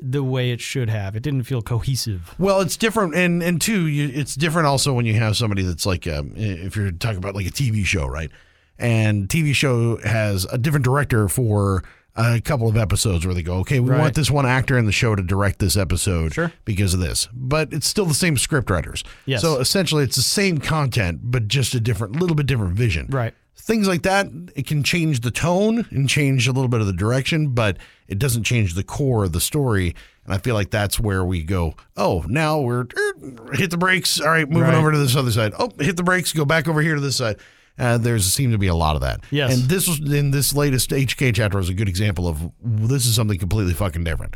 Speaker 2: the way it should have. It didn't feel cohesive.
Speaker 1: Well, it's different, and and two, you, it's different also when you have somebody that's like, um, if you're talking about like a TV show, right? And TV show has a different director for a couple of episodes where they go, okay, we
Speaker 2: Right.
Speaker 1: want this one actor in the show to direct this episode
Speaker 2: Sure.
Speaker 1: because of this, but it's still the same script writers.
Speaker 2: Yes.
Speaker 1: So essentially, it's the same content, but just a different, little bit different vision.
Speaker 2: Right.
Speaker 1: Things like that, it can change the tone and change a little bit of the direction, but it doesn't change the core of the story. And I feel like that's where we go, oh, now we're er, hit the brakes. All right, moving
Speaker 2: Right.
Speaker 1: over to this other side. Oh, hit the brakes, go back over here to this side. Uh, there's seemed to be a lot of that.
Speaker 2: Yes.
Speaker 1: And this was in this latest HK chapter was a good example of this is something completely fucking different.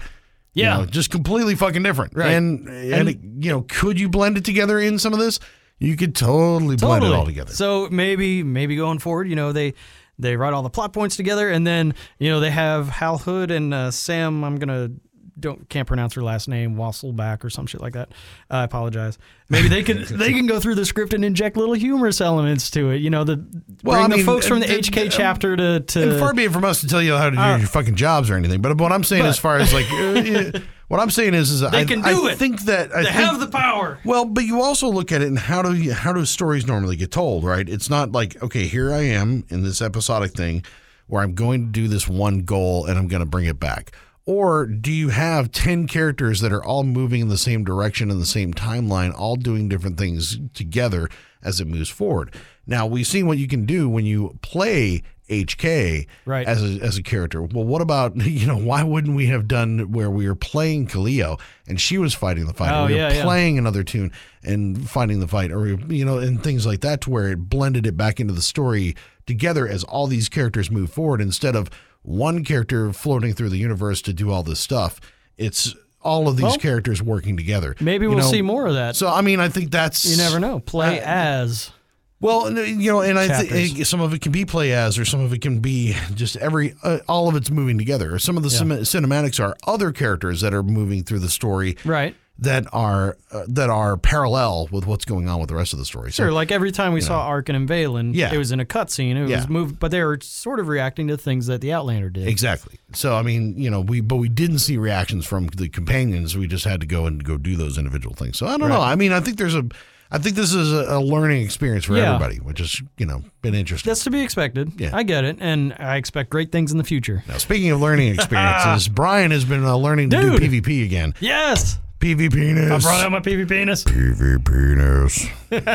Speaker 1: You
Speaker 2: Yeah.
Speaker 1: know, just completely fucking different.
Speaker 2: Right.
Speaker 1: And and, it, you know, could you blend it together in some of this? You could totally, blend it all together.
Speaker 2: So maybe maybe going forward, you know, they they write all the plot points together, and then you know they have Hal Hood and uh, Sam. I'm gonna don't can't pronounce her last name Wasselback or some shit like that. I apologize. Maybe
Speaker 1: (laughs)
Speaker 2: they can they can go through the script and inject little humorous elements to it. You know, the
Speaker 1: Well,
Speaker 2: bring
Speaker 1: I mean,
Speaker 2: the folks from the
Speaker 1: uh,
Speaker 2: HK
Speaker 1: uh,
Speaker 2: chapter to
Speaker 1: and far
Speaker 2: to Uh,
Speaker 1: be it from us to tell you how to do your fucking jobs or anything. But what I'm saying, as far as like,
Speaker 2: (laughs)
Speaker 1: uh, uh, what I'm saying is, is I,
Speaker 2: can
Speaker 1: I
Speaker 2: do it.
Speaker 1: think that I
Speaker 2: they
Speaker 1: think,
Speaker 2: have the power.
Speaker 1: Well, but you also look at it and how do you, how do stories normally get told, right? It's not like okay, here I am in this episodic thing where I'm going to do this one goal and I'm going to bring it back. Or do you have 10 characters that are all moving in the same direction in the same timeline, all doing different things together as it moves forward? Now, we've seen what you can do when you play HK
Speaker 2: Right.
Speaker 1: as a, as a character. Well, what about (laughs) you know why wouldn't we have done where we were playing Kaleo and she was fighting the fight,
Speaker 2: Oh,
Speaker 1: or we
Speaker 2: yeah,
Speaker 1: were
Speaker 2: yeah.
Speaker 1: playing another tune and fighting the fight, or you know, and things like that, to where it blended it back into the story together as all these characters move forward instead of one character floating through the universe to do all this stuff. It's all of these
Speaker 2: Well,
Speaker 1: characters working together.
Speaker 2: Maybe
Speaker 1: You
Speaker 2: we'll
Speaker 1: know,
Speaker 2: see more of that.
Speaker 1: So I mean, I think that's
Speaker 2: you never know. Play
Speaker 1: I-
Speaker 2: as.
Speaker 1: well, n- you know, and I think
Speaker 2: Chapters.
Speaker 1: some of it can be play as, or some of it can be just every uh, all of it's moving together. Or some of the cin- cinematics are other characters that are moving through the story
Speaker 2: Right.
Speaker 1: that are uh, that are parallel with what's going on with the rest of the story. So
Speaker 2: Sure. Like every time we saw Arkin and Valen,
Speaker 1: Yeah.
Speaker 2: it was in a cutscene. It
Speaker 1: Yeah.
Speaker 2: was moved, but they were sort of reacting to things that the Outlander did.
Speaker 1: exactly. So I mean, you know, we but we didn't see reactions from the companions. We just had to go and go do those individual things. So I don't know. I mean, I think there's a I think this is a, a learning experience for
Speaker 2: Yeah.
Speaker 1: everybody, which has you know been interesting.
Speaker 2: That's to be expected.
Speaker 1: Yeah.
Speaker 2: I get it, and I expect great things in the future.
Speaker 1: now, speaking of learning
Speaker 2: (laughs)
Speaker 1: experiences, Brian has been uh, learning to
Speaker 2: Dude.
Speaker 1: do PvP again.
Speaker 2: Yes.
Speaker 1: (laughs) PV penis.
Speaker 2: I brought out my PvP penis.
Speaker 1: PV
Speaker 2: (laughs)
Speaker 1: penis.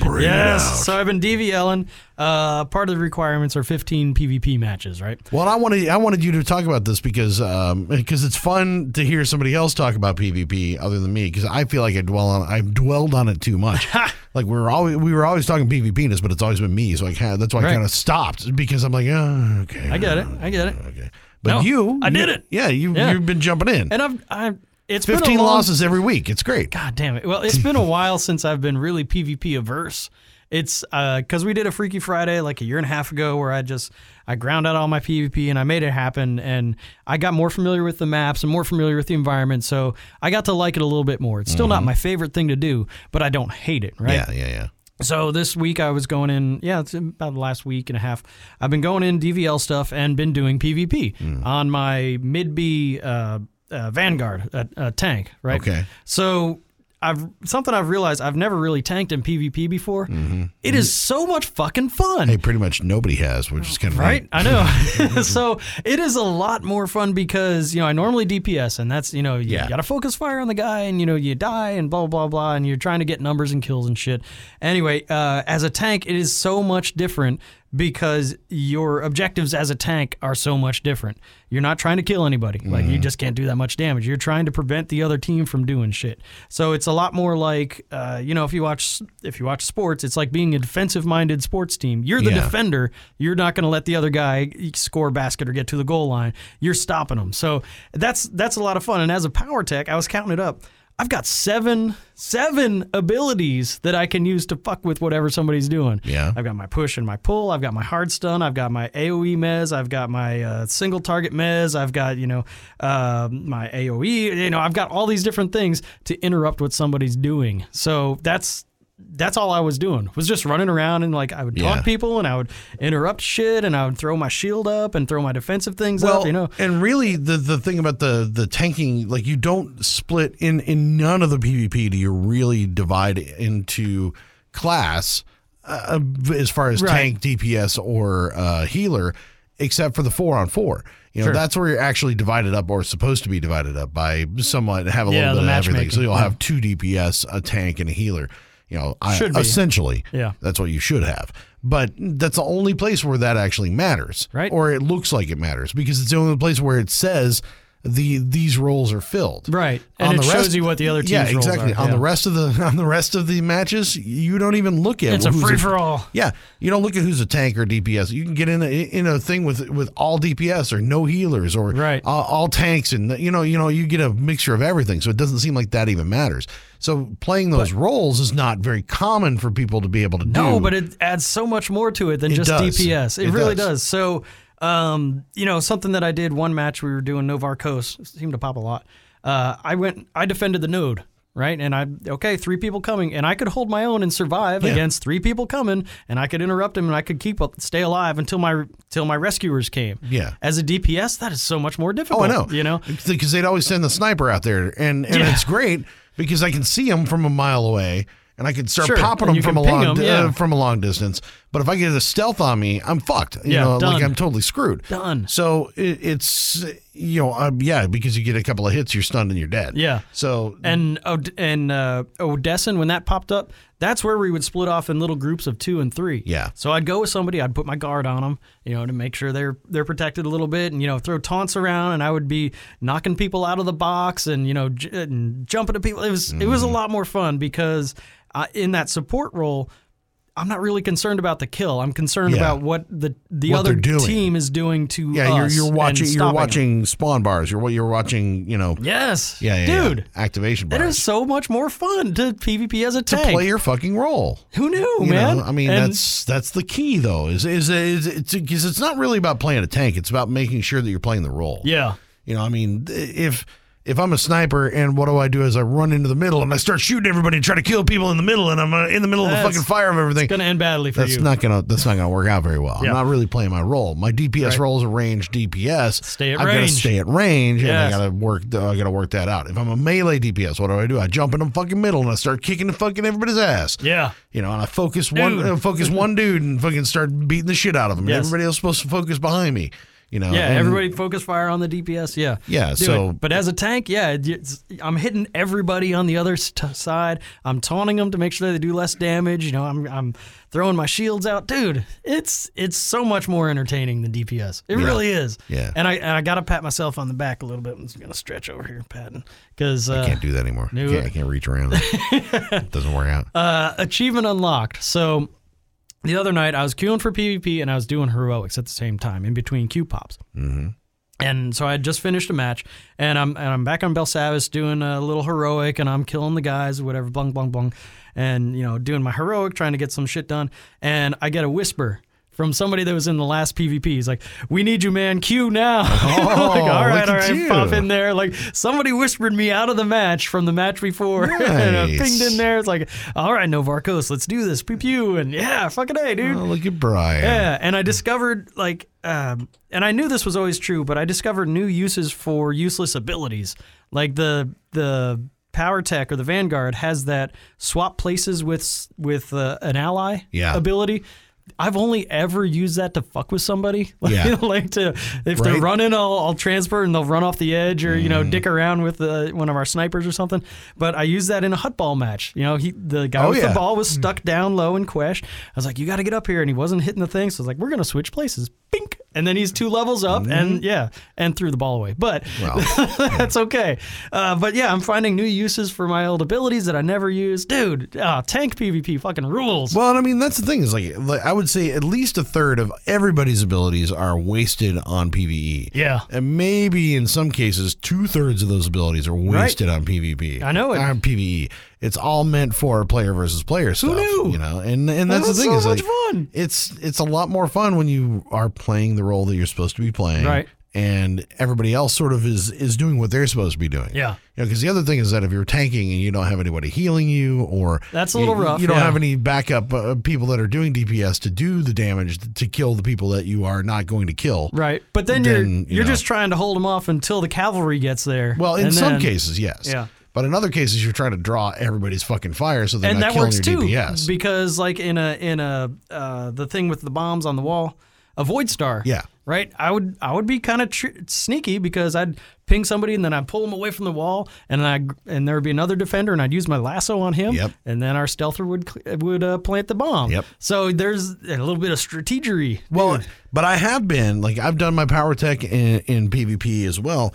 Speaker 1: Bring it out.
Speaker 2: Yes. So I've been DVLing. Uh, part of the requirements are 15 PvP matches, right?
Speaker 1: Well, I wanted I wanted you to talk about this because um, because it's fun to hear somebody else talk about PvP other than me because I feel like I dwell on I've dwelled on it too
Speaker 2: (laughs)
Speaker 1: much. like we were always we were always talking PvPness, but it's always been me. So I kind of, that's why I
Speaker 2: Right.
Speaker 1: kind of stopped because I'm like, oh, okay,
Speaker 2: I get it. I get it.
Speaker 1: Okay, but
Speaker 2: No,
Speaker 1: you,
Speaker 2: I
Speaker 1: you-
Speaker 2: did it.
Speaker 1: Yeah, you
Speaker 2: Yeah.
Speaker 1: you've been jumping in.
Speaker 2: And I've, I've it's been
Speaker 1: Fifteen
Speaker 2: a long,
Speaker 1: losses every week. It's great.
Speaker 2: God damn it. Well, it's been a while since I've been really PvP averse. It's because we did a Freaky Friday like a year and a half ago where I just I ground out all my PvP and I made it happen and I got more familiar with the maps and more familiar with the environment, so I got to like it a little bit more. It's still not my favorite thing to do, but I don't hate it, right?
Speaker 1: Yeah, yeah, yeah.
Speaker 2: So this week I was going in, yeah, it's about the last week and a half. I've been going in DVL stuff and been doing PvP
Speaker 1: Hmm.
Speaker 2: on my mid B uh, uh, Vanguard uh, uh, tank, right?
Speaker 1: Okay.
Speaker 2: So I've something I've realized I've never really tanked in PvP before. It is so much fucking fun.
Speaker 1: Mm-hmm. Hey, pretty much nobody has, which is kind of
Speaker 2: Right?
Speaker 1: (laughs)
Speaker 2: I know. (laughs) so it is a lot more fun because, you know, I normally DPS and that's, you know, you
Speaker 1: Yeah.
Speaker 2: got to focus fire on the guy and, you know, you die and blah, blah, blah. And you're trying to get numbers and kills and shit. Anyway, uh, as a tank, it is so much different because your objectives as a tank are so much different. You're not trying to kill anybody. Like,
Speaker 1: Mm-hmm.
Speaker 2: you just can't do that much damage. You're trying to prevent the other team from doing shit. So it's a lot more like, uh, you know, if you watch if you watch sports, it's like being a defensive-minded sports team. You're the
Speaker 1: Yeah.
Speaker 2: defender defender, you're not going to let the other guy score a basket or get to the goal line. You're stopping them. So that's that's a lot of fun. And as a power tech, I was counting it up. I've got seven seven abilities that I can use to fuck with whatever somebody's doing.
Speaker 1: Yeah.
Speaker 2: I've got my push and my pull. I've got my hard stun. I've got my AOE mez. I've got my uh, single target mez. I've got you know uh, my AOE. You know I've got all these different things to interrupt what somebody's doing. So that's that's all I was doing was just running around and like I would talk
Speaker 1: Yeah.
Speaker 2: people and I would interrupt shit and I would throw my shield up and throw my defensive things up. You know,
Speaker 1: And really, the the thing about the the tanking, like you don't split in in none of the PvP. Do you really divide into class uh, as far as
Speaker 2: Right.
Speaker 1: tank, DPS, or uh, healer, except for the four on four. You know,
Speaker 2: Sure.
Speaker 1: that's where you're actually divided up or supposed to be divided up by somewhat have a
Speaker 2: Yeah,
Speaker 1: little
Speaker 2: the
Speaker 1: bit of everything.
Speaker 2: matchmaking.
Speaker 1: So you'll have two DPS, a tank, and a healer. You know, I,
Speaker 2: Should be.
Speaker 1: essentially,
Speaker 2: Yeah.
Speaker 1: that's what you should have. But that's the only place where that actually matters,
Speaker 2: Right.
Speaker 1: Or it looks like it matters because it's the only place where it says the these roles are filled,
Speaker 2: Right. And it shows you what the other
Speaker 1: yeah,
Speaker 2: team's roles
Speaker 1: exactly.
Speaker 2: are,
Speaker 1: On
Speaker 2: yeah.
Speaker 1: the rest of the (laughs) on the rest of the matches, you don't even look at
Speaker 2: it's a
Speaker 1: who's
Speaker 2: free for all.
Speaker 1: Yeah, you don't look at who's a tank or DPS. You can get in a, in a thing with with all DPS or no healers or
Speaker 2: Right.
Speaker 1: all, all tanks and you know you know you get a mixture of everything. So it doesn't seem like that even matters. So playing those roles is not very common for people to be able to do.
Speaker 2: No, but it adds so much more to it than
Speaker 1: Hmm. It
Speaker 2: just
Speaker 1: does.
Speaker 2: DPS. It,
Speaker 1: It
Speaker 2: really
Speaker 1: does.
Speaker 2: does. So, um, you know, something that I did one match we were doing Novar Coast seemed to pop a lot. Uh, I went, I defended the node. Right. And I, okay, three people coming. And I could hold my own and survive against three people coming. And I could interrupt him and I could keep up, stay alive until my, till my rescuers came.
Speaker 1: Yeah.
Speaker 2: As a DPS, that is so much more difficult.
Speaker 1: Oh, I know.
Speaker 2: You know?
Speaker 1: because they'd always send the sniper out there, and and
Speaker 2: Yeah.
Speaker 1: it's great because I can see them from a mile away, and I can start
Speaker 2: Sure,
Speaker 1: popping them
Speaker 2: and you
Speaker 1: from a
Speaker 2: can ping
Speaker 1: long
Speaker 2: 'em,
Speaker 1: di-
Speaker 2: yeah.
Speaker 1: uh, from a long distance. But if I get a stealth on me, I'm fucked. You
Speaker 2: Yeah,
Speaker 1: know, like
Speaker 2: done.
Speaker 1: I'm totally screwed.
Speaker 2: Done.
Speaker 1: So it, it's you know, um, yeah, because you get a couple of hits, you're stunned and you're dead.
Speaker 2: Yeah.
Speaker 1: So
Speaker 2: And Od- and uh, Odessen, when that popped up, that's where we would split off in little groups of two and three.
Speaker 1: Yeah.
Speaker 2: So I'd go with somebody. I'd put my guard on them, you know, to make sure they're they're protected a little bit, and you know, throw taunts around, and I would be knocking people out of the box, and you know, j- and jumping at people. It was it
Speaker 1: Mm.
Speaker 2: was a lot more fun because uh, in that support role. I'm not really concerned about the kill. I'm concerned
Speaker 1: Yeah.
Speaker 2: about what the the
Speaker 1: What
Speaker 2: other
Speaker 1: they're doing.
Speaker 2: team is doing to
Speaker 1: yeah, you're
Speaker 2: us
Speaker 1: you're
Speaker 2: and
Speaker 1: watching you're
Speaker 2: stopping 'em.
Speaker 1: watching spawn bars. You're you're watching you know
Speaker 2: Yes.
Speaker 1: yeah, yeah, yeah,
Speaker 2: dude.
Speaker 1: activation
Speaker 2: It
Speaker 1: bars.
Speaker 2: is so much more fun to PvP as a
Speaker 1: to
Speaker 2: tank.
Speaker 1: play your fucking role.
Speaker 2: Who knew,
Speaker 1: You
Speaker 2: man?
Speaker 1: know, I mean
Speaker 2: And
Speaker 1: that's that's the key though. Is is is it's because it's not really about playing a tank. It's about making sure that you're playing the role.
Speaker 2: yeah,
Speaker 1: You know, I mean, if if I'm a sniper and what do I do is I run into the middle and I start shooting everybody and try to kill people in the middle and I'm uh, in the middle of
Speaker 2: That's-
Speaker 1: the fucking fire of everything.
Speaker 2: gonna end badly for
Speaker 1: That's
Speaker 2: you.
Speaker 1: not gonna that's not gonna work out very well.
Speaker 2: Yeah.
Speaker 1: I'm not really playing my role. My DPS role is a range DPS.
Speaker 2: Stay at
Speaker 1: I've gotta
Speaker 2: range.
Speaker 1: stay at range, and I
Speaker 2: Yes.
Speaker 1: gotta work. I gotta work that out. If I'm a melee DPS, what do I do? I jump in the fucking middle and I start kicking the fucking everybody's ass.
Speaker 2: yeah,
Speaker 1: You know, and I focus one
Speaker 2: Dude.
Speaker 1: uh, focus
Speaker 2: (laughs)
Speaker 1: one dude and fucking start beating the shit out of him.
Speaker 2: Yes.
Speaker 1: And everybody else is supposed to focus behind me. You know,
Speaker 2: yeah.
Speaker 1: Uh, and-
Speaker 2: everybody focus fire on the DPS. Yeah,
Speaker 1: Yeah,
Speaker 2: Do
Speaker 1: so-
Speaker 2: it. but as a tank, yeah, it- it's, I'm hitting everybody on the other st- side. I'm taunting them to make sure they do less damage. You know, I'm I'm throwing my shields out, dude. It's it's so much more entertaining than DPS. It really is.
Speaker 1: Yeah.
Speaker 2: and I and I gotta pat myself on the back a little bit. I'm just gonna stretch over here, patting, because uh,
Speaker 1: I can't do that anymore. I
Speaker 2: knew
Speaker 1: can't,
Speaker 2: it.
Speaker 1: I can't reach
Speaker 2: (laughs)
Speaker 1: around. it doesn't work out.
Speaker 2: uh, achievement unlocked. So the other night I was queuing for PvP and I was doing heroics at the same time in between queue pops. Mm-hmm. And so I had just finished a match and I'm and I'm back on Belsavis doing a little heroic and I'm killing the guys whatever blung blung blung and you know doing my heroic trying to get some shit done and I get a whisper from somebody that was in the last PvP. He's like, "We need you, man. Queue now." (laughs)
Speaker 1: Oh,
Speaker 2: like, all right,
Speaker 1: look
Speaker 2: all
Speaker 1: at
Speaker 2: right,
Speaker 1: you.
Speaker 2: pop in there. Like somebody whispered me out of the match from the match before, (laughs) and I pinged
Speaker 1: Nice.
Speaker 2: in there there. It's like, all right, Novarcos, let's do this. Pew pew. And yeah, fucking A, dude.
Speaker 1: Oh, look at Brian.
Speaker 2: Yeah. And I discovered, like, um, and I knew this was always true, but I discovered new uses for useless abilities. Like the, the, Power Tech or the Vanguard has that swap places with s- with uh, an ally
Speaker 1: Yeah.
Speaker 2: ability. I've only ever used that to fuck with somebody. (laughs) Like,
Speaker 1: Yeah.
Speaker 2: like to if
Speaker 1: Right. Mm.
Speaker 2: they're running, I'll, I'll transfer and they'll run off the edge or you know dick around with uh, one of our snipers or something. But I used that in a hut ball match. You know, he the guy
Speaker 1: Oh,
Speaker 2: with
Speaker 1: yeah.
Speaker 2: the ball was stuck down low in Quesh. I was like, you got to get up here, and he wasn't hitting the thing. So I was like, we're gonna switch places. Bink, and then he's two levels up,
Speaker 1: Mm-hmm.
Speaker 2: and yeah, and threw the ball away. But
Speaker 1: Well,
Speaker 2: (laughs) that's okay. Uh, but yeah, I'm finding new uses for my old abilities that I never used. Dude, ah, tank PvP fucking rules.
Speaker 1: Well, and I mean that's the thing is like, like I would say at least a third of everybody's abilities are wasted on PVE.
Speaker 2: Yeah.
Speaker 1: and maybe in some cases two thirds of those abilities are wasted on PvP.
Speaker 2: I know it.
Speaker 1: on PVE. It's all meant for player versus player stuff.
Speaker 2: knew?
Speaker 1: You know, and and that's
Speaker 2: was
Speaker 1: the thing
Speaker 2: so
Speaker 1: is
Speaker 2: much
Speaker 1: like
Speaker 2: fun.
Speaker 1: it's it's a lot more fun when you are playing the role that you're supposed to be playing.
Speaker 2: Right.
Speaker 1: And everybody else sort of is is doing what they're supposed to be doing.
Speaker 2: Yeah.
Speaker 1: You know, because the other thing is that if you're tanking and you don't have anybody healing you, or
Speaker 2: That's a
Speaker 1: you-
Speaker 2: little rough,
Speaker 1: You don't
Speaker 2: yeah.
Speaker 1: have any backup uh, people that are doing DPS to do the damage t- to kill the people that you are not going to kill.
Speaker 2: Right, but then, you're
Speaker 1: Then, you
Speaker 2: you're
Speaker 1: know.
Speaker 2: just trying to hold them off until the cavalry gets there.
Speaker 1: Well, in
Speaker 2: And
Speaker 1: some
Speaker 2: then-
Speaker 1: cases, yes.
Speaker 2: Yeah.
Speaker 1: But in other cases, you're trying to draw everybody's fucking fire so they're
Speaker 2: and
Speaker 1: not
Speaker 2: that
Speaker 1: killing
Speaker 2: works
Speaker 1: your
Speaker 2: too
Speaker 1: DPS.
Speaker 2: because like in a in a uh, the thing with the bombs on the wall avoid star
Speaker 1: Yeah.
Speaker 2: right i would i would be kind of tr- sneaky because i'd ping somebody and then i'd pull them away from the wall and i and there would be another defender and i'd use my lasso on him
Speaker 1: Yep.
Speaker 2: and then our stealther would cl- would uh, plant the bomb
Speaker 1: Yep.
Speaker 2: so there's a little bit of strategery
Speaker 1: Well, but I have been like I've done my power tech in, in PvP as well,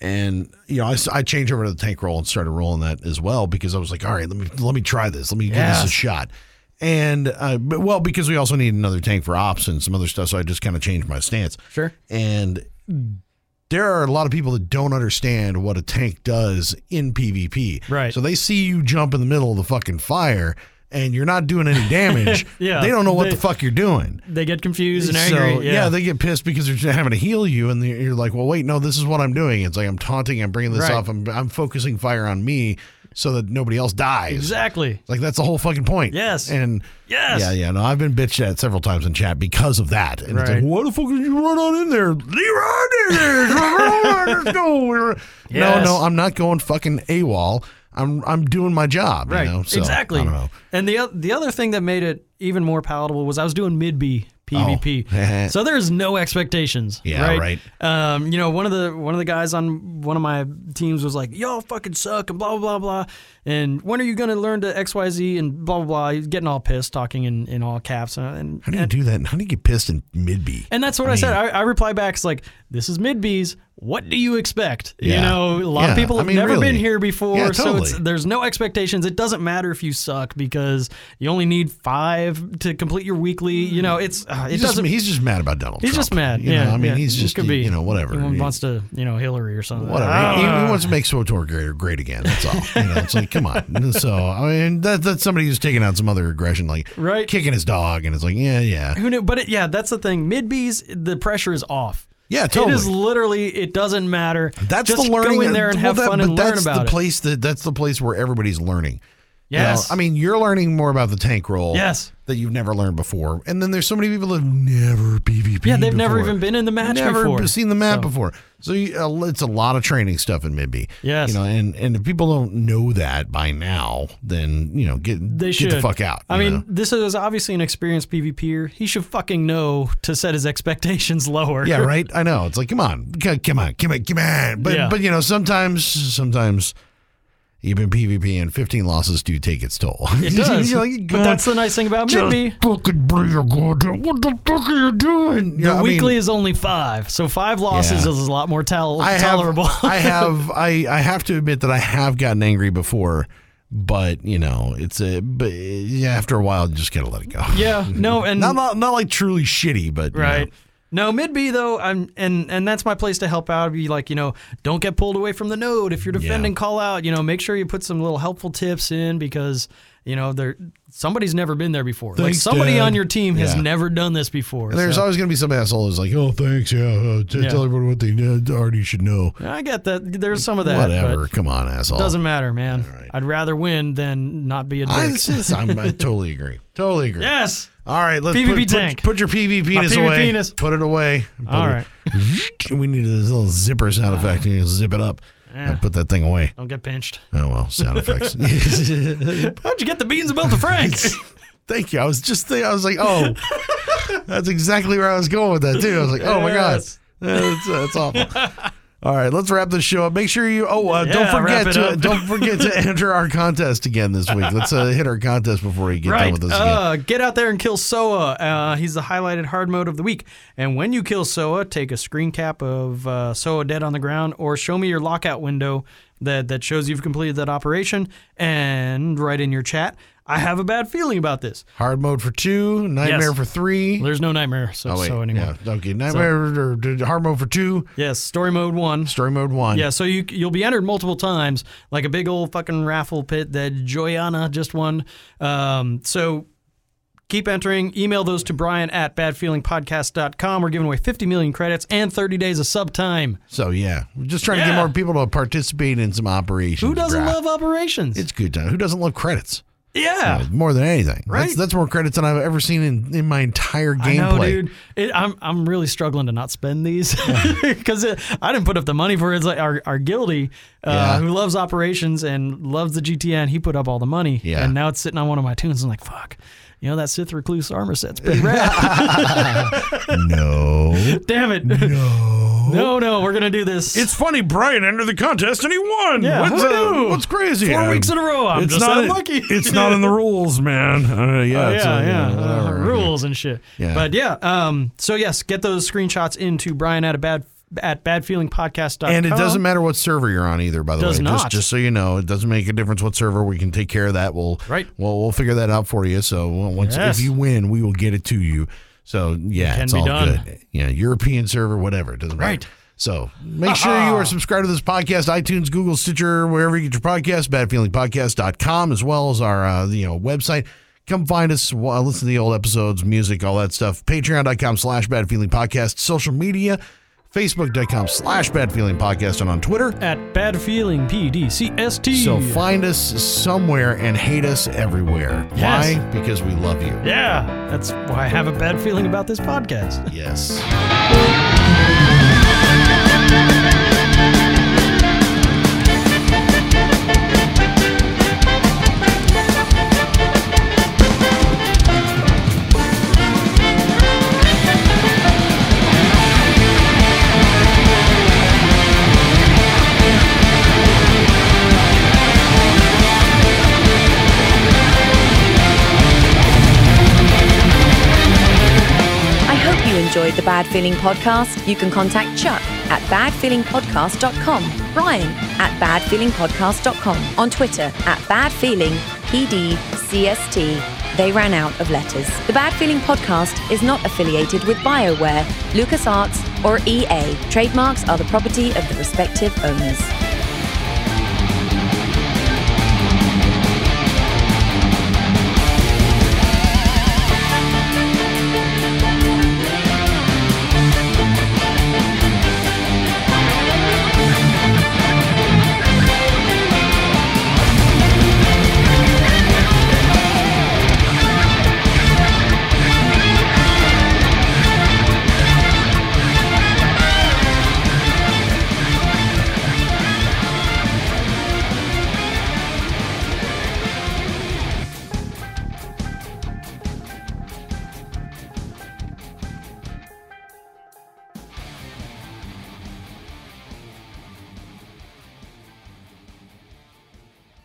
Speaker 1: and you know I, s- I changed over to the tank roll and started rolling that as well because I was like, all right, let me let me try this, let me give
Speaker 2: Yes.
Speaker 1: this a shot, and uh, but, well because we also need another tank for ops and some other stuff, so I just kind of changed my stance.
Speaker 2: Sure.
Speaker 1: And there are a lot of people that don't understand what a tank does in PvP.
Speaker 2: Right.
Speaker 1: So they see you jump in the middle of the fucking fire. And you're not doing any damage.
Speaker 2: (laughs) Yeah.
Speaker 1: They don't know what
Speaker 2: They-
Speaker 1: the fuck you're doing.
Speaker 2: they get confused and
Speaker 1: So,
Speaker 2: angry
Speaker 1: yeah. they get pissed because they're having to heal you, and you're like, "Well, wait, no, this is what I'm doing." It's like I'm taunting, I'm bringing this
Speaker 2: Right.
Speaker 1: off, I'm I'm focusing fire on me so that nobody else dies.
Speaker 2: exactly
Speaker 1: Like that's the whole fucking point.
Speaker 2: Yes.
Speaker 1: And
Speaker 2: Yes.
Speaker 1: yeah, yeah. No, I've been bitched at several times in chat because of that. And it's like,
Speaker 2: Right.
Speaker 1: why the fuck did you run on in there? Leroy, let's go. No,
Speaker 2: Yes.
Speaker 1: no, I'm not going fucking AWOL. I'm I'm doing my job.
Speaker 2: Right.
Speaker 1: You know? So,
Speaker 2: exactly.
Speaker 1: I don't know.
Speaker 2: And the oth- the other thing that made it even more palatable was I was doing mid B
Speaker 1: (laughs)
Speaker 2: PvP. so there's no expectations.
Speaker 1: Oh, Yeah,
Speaker 2: right. Um, you know, one of the one of the guys on one of my teams was like, "Y'all fucking suck," and blah blah blah blah. And when are you gonna learn to X Y Z and blah blah blah? He's getting all pissed, talking in, in all caps, and, and
Speaker 1: How do you do that? How do you get pissed in mid B?
Speaker 2: and that's what I, said. I, I reply back, it's like, this is mid B's. What do you expect?
Speaker 1: Yeah.
Speaker 2: You know, a lot
Speaker 1: Yeah,
Speaker 2: of people
Speaker 1: I
Speaker 2: have
Speaker 1: mean,
Speaker 2: never
Speaker 1: really.
Speaker 2: been here before.
Speaker 1: Yeah,
Speaker 2: So it's,
Speaker 1: totally.
Speaker 2: there's no expectations. It doesn't matter if you suck because you only need five to complete your weekly. You know, it's, uh, it
Speaker 1: He's just,
Speaker 2: doesn't.
Speaker 1: he's just mad about Donald
Speaker 2: he's
Speaker 1: Trump.
Speaker 2: just mad.
Speaker 1: You
Speaker 2: yeah.
Speaker 1: know, I mean,
Speaker 2: yeah.
Speaker 1: he's
Speaker 2: He
Speaker 1: just,
Speaker 2: could be.
Speaker 1: you know, whatever.
Speaker 2: He
Speaker 1: He-
Speaker 2: wants to, you know, Hillary or something.
Speaker 1: Whatever.
Speaker 2: I
Speaker 1: He,
Speaker 2: don't know.
Speaker 1: he wants to make SWTOR great, great again. That's all. You know, it's like, come on. (laughs) So, I mean, that, that's somebody who's taking out some other aggression, like
Speaker 2: Right.
Speaker 1: kicking his dog. And it's like, yeah, yeah.
Speaker 2: Who knew? But it, yeah, that's the thing. Mid B's, the pressure is off.
Speaker 1: Yeah,
Speaker 2: It
Speaker 1: totally.
Speaker 2: is literally. It doesn't matter.
Speaker 1: That's
Speaker 2: Just
Speaker 1: the learning.
Speaker 2: Go in there and
Speaker 1: well,
Speaker 2: have
Speaker 1: that-
Speaker 2: fun
Speaker 1: but
Speaker 2: and
Speaker 1: that's
Speaker 2: learn about
Speaker 1: the
Speaker 2: it.
Speaker 1: place that that's the place where everybody's learning. You know,
Speaker 2: Yes.
Speaker 1: I mean, you're learning more about the tank roll.
Speaker 2: Yes.
Speaker 1: That you've never leared before, and then there's so many people that have never PvP.
Speaker 2: Yeah, they've never
Speaker 1: before.
Speaker 2: even been in the match
Speaker 1: never
Speaker 2: before.
Speaker 1: seen the map
Speaker 2: So-
Speaker 1: before. So you, uh, it's a lot of training stuff in Midby.
Speaker 2: Yes.
Speaker 1: you know, and and if people don't know that by now, then you know get
Speaker 2: They
Speaker 1: get
Speaker 2: should
Speaker 1: the fuck out.
Speaker 2: I
Speaker 1: you
Speaker 2: mean,
Speaker 1: know?
Speaker 2: this is obviously an experienced PvPer. He should fucking know to set his expectations lower.
Speaker 1: yeah, right. I know. It's like, come on, c- come on, come on, come on. But
Speaker 2: Yeah.
Speaker 1: but you know, sometimes sometimes even PvP and 15 losses do take its toll. (laughs)
Speaker 2: it does.
Speaker 1: You're like,
Speaker 2: but
Speaker 1: "God,
Speaker 2: that's the nice thing about
Speaker 1: just
Speaker 2: Midby.
Speaker 1: fucking bring your goddamn. What the fuck are you doing?
Speaker 2: The weekly is only five, so five losses
Speaker 1: Yeah.
Speaker 2: is a lot more tol-
Speaker 1: I have,
Speaker 2: tolerable.
Speaker 1: (laughs) I have, I, I have to admit that I have gotten angry before, but you know, it's a, but yeah, after a while, you just gotta let it go.
Speaker 2: (laughs) yeah,
Speaker 1: (laughs)
Speaker 2: no, and
Speaker 1: Not, not, not like truly shitty, but you know.
Speaker 2: Right. No, mid B though, I'm and and that's my place to help out. Be like, you know, don't get pulled away from the node if you're defending. Call out, you know, make sure you put some little helpful tips in because you know there somebody's never been there before.
Speaker 1: Thanks,
Speaker 2: like somebody
Speaker 1: Dad.
Speaker 2: on your team has
Speaker 1: Yeah.
Speaker 2: never done this before.
Speaker 1: There's
Speaker 2: so.
Speaker 1: always going to be some asshole who's like, oh, thanks. Yeah. Uh, t-
Speaker 2: Yeah.
Speaker 1: Tell everybody what they uh, already should know.
Speaker 2: I get that. There's some of that.
Speaker 1: Whatever.
Speaker 2: But
Speaker 1: Come on, asshole.
Speaker 2: doesn't matter, man.
Speaker 1: right.
Speaker 2: I'd rather win than not be a dick.
Speaker 1: I, insist. I'm, I totally
Speaker 2: (laughs)
Speaker 1: agree. Totally agree.
Speaker 2: yes.
Speaker 1: All right. Let's
Speaker 2: PvP
Speaker 1: put, put-
Speaker 2: tank.
Speaker 1: Put, your PvP penis
Speaker 2: PvP
Speaker 1: away.
Speaker 2: penis.
Speaker 1: Put it away. Put
Speaker 2: All
Speaker 1: it-
Speaker 2: right.
Speaker 1: (laughs) We need this little zipper sound effect. You zip it up
Speaker 2: Yeah.
Speaker 1: and put that thing away.
Speaker 2: Don't get pinched. (laughs)
Speaker 1: Oh, well, sound effects.
Speaker 2: How'd you get the beans above
Speaker 1: (laughs)
Speaker 2: the Franks?
Speaker 1: Thank you. I was just thinking, I was like, oh, that's exactly where I was going with that, too. I was like, oh my God.
Speaker 2: Yes.
Speaker 1: That's, that's awful. All right, let's wrap this show up. Make sure you. Oh, uh,
Speaker 2: Yeah,
Speaker 1: don't forget
Speaker 2: wrap it
Speaker 1: to
Speaker 2: up.
Speaker 1: don't forget
Speaker 2: (laughs)
Speaker 1: to enter our contest again this week. Let's uh, hit our contest before we get done with this again.
Speaker 2: Uh, get out there and kill Soa. Uh, he's the highlighted hard mode of the week. And when you kill Soa, take a screen cap of uh, Soa dead on the ground or show me your lockout window that, that shows you've completed that operation and write in your chat. I have a bad feeling about this.
Speaker 1: Hard mode for two, nightmare
Speaker 2: Yes.
Speaker 1: for three.
Speaker 2: There's no nightmare so,
Speaker 1: oh wait,
Speaker 2: so anymore.
Speaker 1: yeah, okay, nightmare or, or hard mode for two,
Speaker 2: Yes, story mode one.
Speaker 1: story mode one.
Speaker 2: Yeah, so you you'll be entered multiple times, like a big old fucking raffle pit that Joyana just won. Um, so keep entering. Email those to Brian at badfeelingpodcast.com. We're giving away 50 million credits and 30 days of sub time.
Speaker 1: So yeah, we're just trying to get
Speaker 2: Yeah.
Speaker 1: more people to participate in some operations.
Speaker 2: Who doesn't
Speaker 1: Brad.
Speaker 2: love operations?
Speaker 1: It's good time. Who doesn't love credits?
Speaker 2: yeah.
Speaker 1: More than anything, That's,
Speaker 2: Right.
Speaker 1: that's more credits than I've ever seen in, in my entire gameplay.
Speaker 2: I know, dude. It, I'm I'm really struggling to not spend these (laughs) because I didn't put up the money for it. It's like our our guilty uh,
Speaker 1: Yeah.
Speaker 2: who loves operations and loves the GTN. He put up all the money,
Speaker 1: Yeah.
Speaker 2: and now it's sitting on one of my tunes. I'm like, fuck. You know that Sith recluse armor set's been rad.
Speaker 1: (laughs) (laughs)
Speaker 2: (laughs)
Speaker 1: No.
Speaker 2: Damn it! No, no, no. We're gonna do this.
Speaker 1: It's funny, Brian entered the contest and he won.
Speaker 2: Yeah,
Speaker 1: what's, uh,
Speaker 2: who knew?
Speaker 1: what's crazy?
Speaker 2: Four
Speaker 1: Uh,
Speaker 2: weeks in a row, I'm just unlucky.
Speaker 1: it's not in the rules, man. Uh, yeah,
Speaker 2: Oh,
Speaker 1: it's, uh,
Speaker 2: yeah, yeah. uh,
Speaker 1: whatever.
Speaker 2: rules and shit.
Speaker 1: Yeah.
Speaker 2: But yeah, um, so yes, get those screenshots into Brian at a bad at badfeelingpodcast.com.
Speaker 1: And it doesn't matter what server you're on either, by the
Speaker 2: Uh-huh. Does
Speaker 1: way. Just,
Speaker 2: not.
Speaker 1: just so you know, it doesn't make a difference what server. We can take care of that. We'll
Speaker 2: Right.
Speaker 1: Well, we'll figure that out for you. So well, once
Speaker 2: Yes.
Speaker 1: if you win, we will get it to you. So yeah,
Speaker 2: Can
Speaker 1: it's
Speaker 2: be
Speaker 1: all
Speaker 2: done.
Speaker 1: good. Yeah, European server, whatever. It doesn't matter.
Speaker 2: Right. Uh-huh.
Speaker 1: So make sure you are subscribed to this podcast, iTunes, Google, Stitcher, wherever you get your podcast, badfeelingpodcast.com, as well as our uh, you know website. Come find us, wa- listen to the old episodes, music, all that stuff. Patreon.com slash badfeelingpodcast, social media, Facebook.com slash badfeelingpodcast, and on Twitter.
Speaker 2: at bad feeling PDCST.
Speaker 1: So find us somewhere and hate us everywhere.
Speaker 2: Yes.
Speaker 1: Why? Because we love you.
Speaker 2: Yeah, that's why I have a bad feeling about this podcast.
Speaker 1: Yes.
Speaker 3: Thank you.
Speaker 4: the Bad Feeling Podcast, you can contact Chuck at badfeelingpodcast.com, Brian at badfeelingpodcast.com, on Twitter at badfeelingpdcst. They ran out of letters. The Bad Feeling Podcast is not affiliated with E BioWare, LucasArts, or EA. Trademarks are the property of the respective owners.